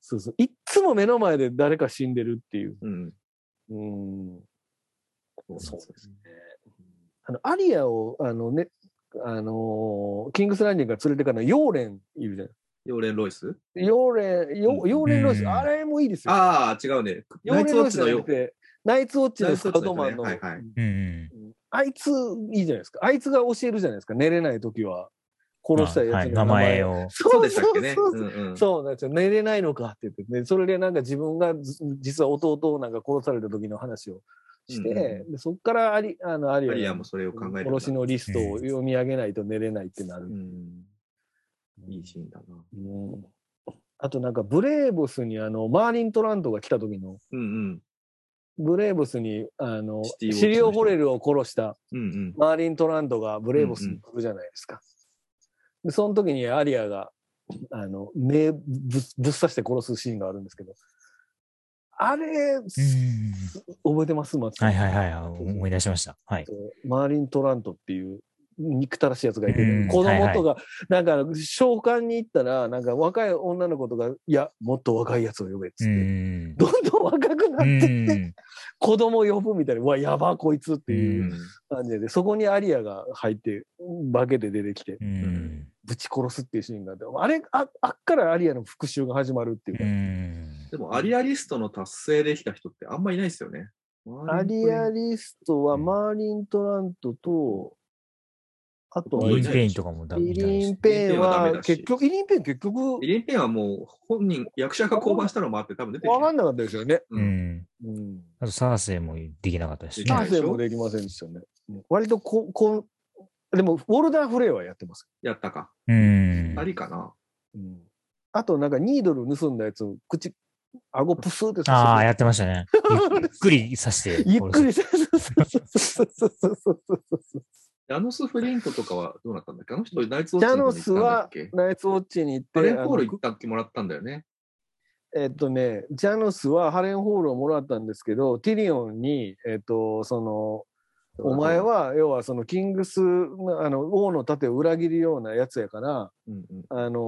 Speaker 2: そうそう。いっつも目の前で誰か死んでるっていう。
Speaker 1: うん。
Speaker 2: うん。そう
Speaker 1: で
Speaker 2: ですすね。あの、アリアを、あのね、あのーキングスランディングが連れてからのヨーレンいるじゃない
Speaker 1: ヨーレン・ロイス
Speaker 2: ヨーレン、ヨ
Speaker 1: うん
Speaker 2: ヨーレンロイス、
Speaker 3: うん
Speaker 2: あれもいいですよ。
Speaker 1: ああ、違うね。
Speaker 2: ヨー
Speaker 1: ナイ
Speaker 2: レ
Speaker 1: ツ
Speaker 2: ン
Speaker 1: ウォ
Speaker 2: ロ
Speaker 1: ッ
Speaker 2: イス
Speaker 1: チ
Speaker 2: じゃ
Speaker 1: のよ
Speaker 2: なく。て、ナイツウォッチの
Speaker 1: ナイ
Speaker 2: ス
Speaker 1: ツウ
Speaker 2: カ
Speaker 1: ォッチ
Speaker 2: ウ
Speaker 1: の人
Speaker 2: トマ
Speaker 1: ね
Speaker 2: ンの、
Speaker 1: はいはい
Speaker 3: うん。
Speaker 2: あいついいじゃないですか。あいつが教えるじゃないですか。寝れない時は、殺したや
Speaker 3: は
Speaker 2: つ
Speaker 3: い
Speaker 2: の名
Speaker 3: 名
Speaker 2: 前
Speaker 3: 前
Speaker 2: を。
Speaker 3: を。
Speaker 1: そうでしたっけね。
Speaker 2: そうそうそううん
Speaker 1: うん
Speaker 2: そうなんですよ。寝れないのかって言って、ね、それでなんか自分がず実は弟をなんか殺された時の話をして、
Speaker 1: うんうん
Speaker 2: でそこからアリあのアリ
Speaker 1: アリ
Speaker 2: ア
Speaker 1: ア
Speaker 2: の
Speaker 1: もそれを考えるようになった。
Speaker 2: 殺しのリストを読み上げないと寝れないってなる。
Speaker 1: うん。いいシーンだな。
Speaker 2: うんあとなんかブレーブスにあのマーリン・トラントが来た時の、
Speaker 1: うんうん。
Speaker 2: ブレーブスにあの
Speaker 1: シティウォッチの人
Speaker 2: シリオ・ホレルを殺した
Speaker 1: うんうん。
Speaker 2: マーリン・トランドがブレーブスに来るじゃないですか。でその時にアリアがあの目ぶぶっ刺して殺すシーンがあるんですけどあれ、
Speaker 3: うん
Speaker 2: 覚えてます松
Speaker 3: はいはいはい。思い出しました。はい。
Speaker 2: マーリン・トラントっていう憎たらしいやつがいて、
Speaker 3: うん
Speaker 2: 子供と
Speaker 3: は
Speaker 2: か、なんか召喚に行ったらなんか若い女の子とかいやもっと若いやつを呼べっつって、
Speaker 3: うん。
Speaker 2: どんどん若くな
Speaker 3: う
Speaker 2: ってって、
Speaker 3: ん
Speaker 2: 子供呼ぶみたいなうわやばこいつっていううん感じで、そこにアリアが入って化けて出てきて
Speaker 3: うん。
Speaker 2: ぶち殺すっていうシーンがあって、あれ、ああっからアリアの復讐が始まるっていう
Speaker 3: う
Speaker 2: か、
Speaker 3: ん。
Speaker 1: でも、アリアリストの達成できた人ってあんまいないですよね。
Speaker 2: アリア
Speaker 1: リ
Speaker 2: リストはマーリン・トラントと、あとは
Speaker 3: イリンペインとかもダメ
Speaker 2: イ
Speaker 3: みたい
Speaker 2: リ
Speaker 3: で
Speaker 2: ン・
Speaker 3: す。
Speaker 2: ペイン
Speaker 1: イリンペインはダメ
Speaker 2: は
Speaker 1: だし
Speaker 2: 結局、イリン・ペイン結局
Speaker 1: イリンペンはもう本人、役者が降板したのもあって多分出てき
Speaker 2: 分か
Speaker 1: て
Speaker 2: んなかったですよね。
Speaker 1: う
Speaker 3: うんん。
Speaker 2: うん。
Speaker 3: あと、サーセイもできなかった
Speaker 1: で
Speaker 3: し
Speaker 1: きな
Speaker 3: ね
Speaker 1: い
Speaker 2: 達成もできませんでしたね。うん割とこう、こう、でも、ウォルダー・フレイはやってます。
Speaker 1: やったか。
Speaker 3: うん。
Speaker 1: ありかな。
Speaker 2: うん。あと、なんか、ニードル盗んだやつを口、顎プスーって
Speaker 3: ああ、
Speaker 2: さ
Speaker 3: やってました ね。ゆっくり刺して
Speaker 2: せ。て。ゆっくりさせて。
Speaker 1: ジャノス・フリントとかはどうなったんだっけあの人、ナイツ・ウォ
Speaker 2: ジ
Speaker 1: ッ
Speaker 2: ャ
Speaker 1: チに行っ
Speaker 2: ノ
Speaker 1: た
Speaker 2: ス
Speaker 1: んだっ
Speaker 2: は
Speaker 1: け、
Speaker 2: ナイツウォッチに行って、
Speaker 1: ハレンホール
Speaker 2: あ
Speaker 1: 行ったってもらったんだよね。
Speaker 2: のえっとね、ジャノスはハレンホールをもらったんですけど、ティリオンに、えっと、その、お前、は、要はそのキングス、あの、王の盾を裏切るようなやつやから、
Speaker 1: うんうん、
Speaker 2: あの、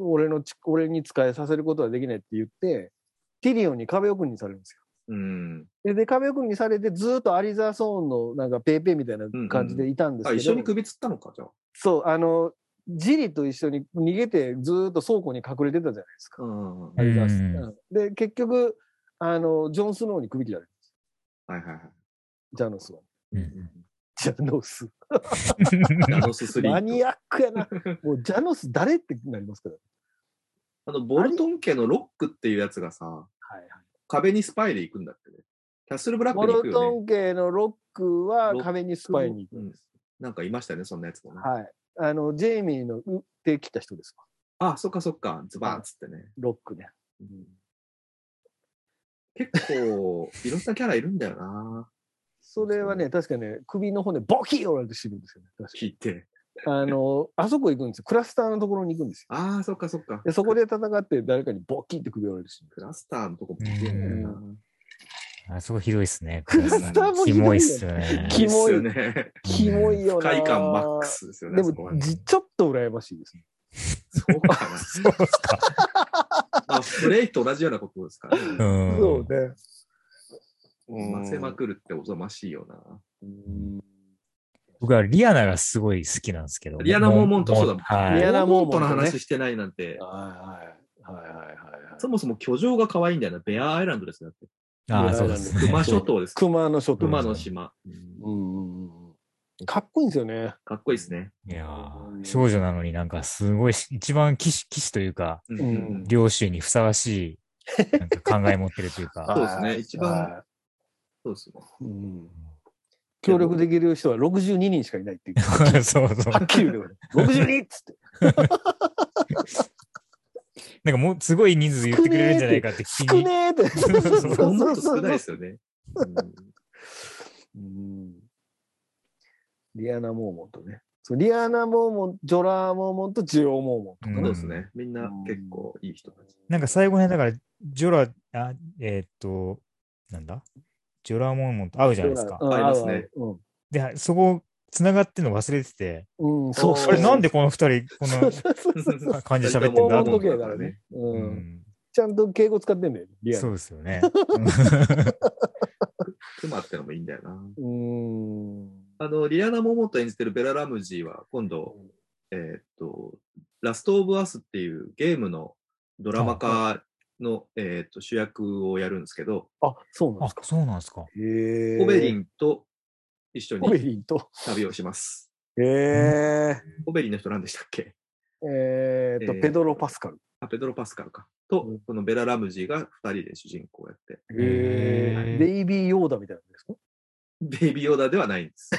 Speaker 2: 俺のち、俺に使えさせることはできないって言って、ティリオンに壁奥にされるんですよ。
Speaker 1: うん。
Speaker 2: で、で壁奥にされて、ずーっとアリザーソーンのなんかペーペーみたいな感じでいたんです
Speaker 1: あ、
Speaker 2: けど、
Speaker 1: 一緒に首つったのか、じゃあ。
Speaker 2: そう、あの、ジリと一緒に逃げて、ずーっと倉庫に隠れてたじゃないですか。
Speaker 1: うん。は
Speaker 2: ア
Speaker 1: い
Speaker 2: リザース
Speaker 3: うん
Speaker 2: うんで、結局、あの、ジョン・スノーに首切られるんです
Speaker 1: はいはい。
Speaker 2: ジャノスは。
Speaker 3: うん
Speaker 2: ジャノス。
Speaker 1: ジャノス・フリ
Speaker 2: マ
Speaker 1: ン
Speaker 2: ニ
Speaker 1: ト。
Speaker 2: アックやな。もう、ジャノス誰ってなりますから。
Speaker 1: あの、ボルトン家のロックっていうやつがさ、
Speaker 2: はいはい。
Speaker 1: 壁にスパイで行くんだってね。キャッスル・ブラック
Speaker 2: モ
Speaker 1: に行
Speaker 2: ル
Speaker 1: く
Speaker 2: ト
Speaker 1: よね。
Speaker 2: ン家のロックは
Speaker 1: ロック
Speaker 2: 壁にスパイに行くんです。
Speaker 1: なんかいましたよね、そんなやつもね。
Speaker 2: はい。あの、ジェイミーの打ってきた人ですわ
Speaker 1: あ、そっかそっか、ズバーンっつってね。
Speaker 2: ロックね。
Speaker 1: うん結構、いろんなキャラいるんだよな、
Speaker 2: それはね、確かね、首の骨、ボキー折られて死ぬんですよね。確
Speaker 1: 聞いて。
Speaker 2: かあの、あそこ行くんですよ。クラスターのところに行くんですよ。
Speaker 1: ああ、そっかそっか。
Speaker 2: でそこで戦って誰かにボキーって首折られて死ぬ。
Speaker 1: クラスターのとこも強いんだよな。
Speaker 3: あそこひどいっすね。
Speaker 2: クラスターもひどいよね
Speaker 3: キモいっすよ ね。
Speaker 2: キモい
Speaker 1: ですよね。
Speaker 2: キモいよな。
Speaker 1: 快感マック。スですよね。
Speaker 2: で
Speaker 1: そこは
Speaker 2: も、
Speaker 1: ね
Speaker 2: じちょっと羨ましいですね。
Speaker 1: そうかな。
Speaker 3: そうっすか。
Speaker 1: まあ、プレイと同じようなことですから
Speaker 3: う
Speaker 1: ね。
Speaker 3: ん。
Speaker 2: そうね。
Speaker 1: 混ぜまくるっておぞましいよな。
Speaker 2: うん
Speaker 3: 僕はリアナがすごい好きなんですけど。
Speaker 1: リアナモーモントそうだもん
Speaker 3: はい。
Speaker 2: リアナモーモン
Speaker 1: と
Speaker 2: トね
Speaker 1: の話してないなんて、
Speaker 2: はいはいはいはいはいはい。
Speaker 1: そもそも居城が可愛いんだよな。ベアアイランドですよ。だって
Speaker 3: ああ、そうですね。
Speaker 1: 熊諸島です。
Speaker 2: 熊の諸島。
Speaker 1: 熊の島。
Speaker 2: うんうんうんうん。かっこいいんですよね。
Speaker 1: かっこいいですね。
Speaker 3: いやー少女なのになんかすごいし、一番騎士、騎士という か、
Speaker 1: うん
Speaker 2: うん
Speaker 1: うん
Speaker 3: 領主にふさわしい、なんか考え持ってるというか。
Speaker 1: そうですね一番
Speaker 2: は
Speaker 1: そうですね。
Speaker 2: いうん協力できる人は62人しかいないっていう。
Speaker 3: そうそう。
Speaker 2: はっきり言うてくれる。62っつって。
Speaker 3: なんかもうすごい人数言ってくれるんじゃないかって気
Speaker 2: 少
Speaker 3: に。
Speaker 2: ねえ って。
Speaker 3: そうそうそう
Speaker 1: そう思うと少ないですよね。うん
Speaker 2: うんリアナ・モーモンとね。そうリアナ・モーモン、ジョラー・モーモンとジオ・モーモンと
Speaker 1: そ
Speaker 2: か
Speaker 1: う
Speaker 2: ね。
Speaker 1: ですね。みんな結構いい人たち。
Speaker 3: なんか最後ね、だから、ジョラ、あえーっと、なんだジョラモンモンと会うじゃないですか。
Speaker 2: うん
Speaker 1: 合いますね。
Speaker 2: 合う
Speaker 3: で、そこ、繋がってんの忘れてて、
Speaker 2: 合ううん、うんそう
Speaker 1: おー
Speaker 3: あれなんでこの二人、こ
Speaker 2: そう
Speaker 3: の
Speaker 2: そうそうそう。
Speaker 3: 感じで喋って
Speaker 2: モーモ
Speaker 3: んだ
Speaker 2: ン
Speaker 3: と
Speaker 2: と
Speaker 3: 思っ
Speaker 2: 系
Speaker 3: て。
Speaker 2: だからね。う。
Speaker 3: うんん
Speaker 2: ちゃんと敬語使ってんだよ、リア
Speaker 3: そ
Speaker 2: ル。
Speaker 3: うですよね。
Speaker 1: 妻ってのもいいんだよな。
Speaker 2: うーん。
Speaker 1: あの、リアナ・モモと演じてるベラ・ラムジーは、今度、えーっと、ラスト・オブ・アスっていうゲームのドラマ化の、えーっと、主役をやるんですけど、
Speaker 2: あ、そうなんで
Speaker 3: あ
Speaker 2: すか。、
Speaker 3: そうなんですか。
Speaker 2: へ
Speaker 1: オベリ
Speaker 2: ン。
Speaker 1: ンと一緒
Speaker 2: オベ
Speaker 1: に
Speaker 2: リンと。
Speaker 1: 旅をします。
Speaker 2: へえ。
Speaker 1: オベリンの人何でしたっけ
Speaker 2: えーと、
Speaker 1: えー
Speaker 2: ペドロ・パスカル。
Speaker 1: あペドロ・パスカルか。と、
Speaker 2: うん
Speaker 1: このベラ・ラムジーが2人で主人公をやって、
Speaker 3: へー
Speaker 2: ベイビー・ヨーダみたいなんですか
Speaker 1: ベイビー・ヨーダではないんです。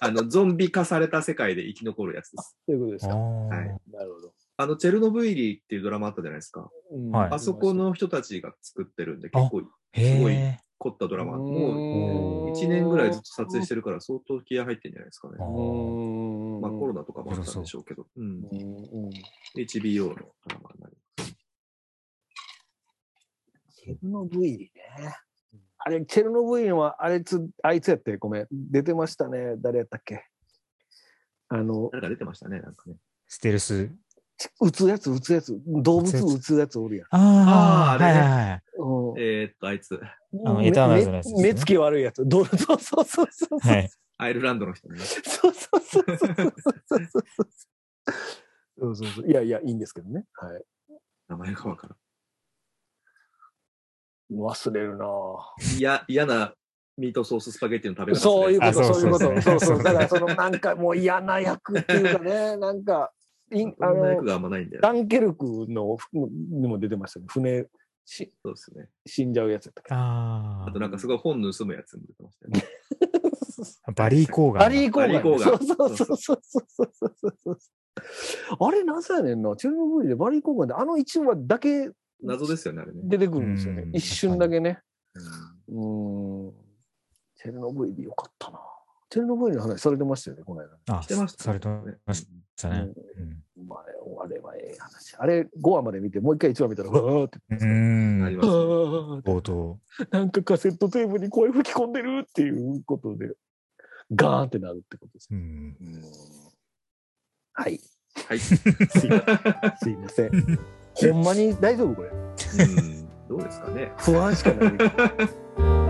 Speaker 1: あの、ゾンビ化された世界で生き残るやつです。
Speaker 2: ということです
Speaker 3: あ
Speaker 2: か。
Speaker 1: はい
Speaker 3: ー
Speaker 2: なるほど。
Speaker 1: あの、チェルノブイリっていうドラマあったじゃないですか。
Speaker 2: うん
Speaker 3: はい
Speaker 1: あそこ。の人たちが作ってるんで、結構すごい
Speaker 3: へ
Speaker 1: 凝ったドラマ。もう
Speaker 2: も
Speaker 1: 1年ぐらいずっと撮影してるから相当気合入ってんじゃないですかね
Speaker 3: あ。
Speaker 2: うーん
Speaker 1: まあコロナとかもあったんでしょうけど、うん、
Speaker 2: うんうん
Speaker 1: HBO のドラマになり
Speaker 2: チェルノブイリね。あれ、チェルノブイリは、あれつ、あいつやって、ごめん。出てましたね。誰やったっけあの、
Speaker 1: 誰か出てましたね、なんかね。
Speaker 3: ステルス。
Speaker 2: ち撃つやつ、撃つやつ。動物
Speaker 3: 撃つやつ
Speaker 2: 撃つやつおるやん。
Speaker 3: あ
Speaker 1: あー
Speaker 3: あ、
Speaker 1: あ
Speaker 3: は
Speaker 1: れ
Speaker 3: い
Speaker 1: ね
Speaker 3: はいはい。
Speaker 2: うん
Speaker 1: えーっと、あいつ、
Speaker 3: あの
Speaker 2: め
Speaker 3: エターナルズのやつですね
Speaker 2: 目目つき悪いやつ。どうそうそうそうそう。
Speaker 3: はい。
Speaker 1: アイルランドの人ね。
Speaker 2: そうそうそうそうそうそうそう。そうそうそう。いやいや、いいんですけどね。はい。
Speaker 1: 名前がわから
Speaker 2: 忘れるなぁ
Speaker 1: ん。いや、嫌なミートソーススパゲッティの食べ方ですね。
Speaker 2: そういうこと、
Speaker 3: あそう
Speaker 2: そういうこ
Speaker 3: そう
Speaker 2: と。
Speaker 3: です
Speaker 2: そ
Speaker 3: ね
Speaker 2: うそう。
Speaker 3: そうですね
Speaker 2: だから、その、なんかもう嫌な役っていうかね、なんか、いんあ
Speaker 1: そんな役
Speaker 2: の、
Speaker 1: があんまないんだよね。
Speaker 2: ダンケルクの、にも出てましたね。船、し
Speaker 1: そうですね。
Speaker 2: 死んじゃうやつやったっ け
Speaker 3: あ
Speaker 1: あとなんかすごい本盗むやつも出てましたよ ね。
Speaker 3: あ。バリー・コーガン。
Speaker 2: バリー・コーガンね。
Speaker 1: バリーコ
Speaker 2: そ
Speaker 1: ーガ
Speaker 2: う
Speaker 1: ン
Speaker 2: そうそうそうそうそうそうそうあれ、なぜやねんな。チェルノブイリでバリー・コーガンで、あの一話だけ
Speaker 1: 謎ですよね、あれね。
Speaker 2: 出てくるんですよね
Speaker 3: う。ん
Speaker 2: 一瞬だけね。
Speaker 1: うん
Speaker 2: うーん。チェルノブイリよかったな。チェルノブイリの話されてましたよね、この間。
Speaker 3: あ、
Speaker 1: してましたね
Speaker 3: されてましたね。
Speaker 2: まあ、あれはええ話。あれ、5話まで見て、もう一回1話見たら、わーって。
Speaker 3: う
Speaker 1: うん
Speaker 3: ん。
Speaker 1: あり
Speaker 3: うん
Speaker 1: ましたね。
Speaker 3: 冒頭。
Speaker 2: なんかカセットテープに声吹き込んでるっていうことで、ガーンってなるってことですね。
Speaker 3: うん。
Speaker 2: はい。
Speaker 1: はい
Speaker 2: すいすいません。ほんまに大丈夫これ。
Speaker 1: う んどうですかね。
Speaker 2: 不安しかない。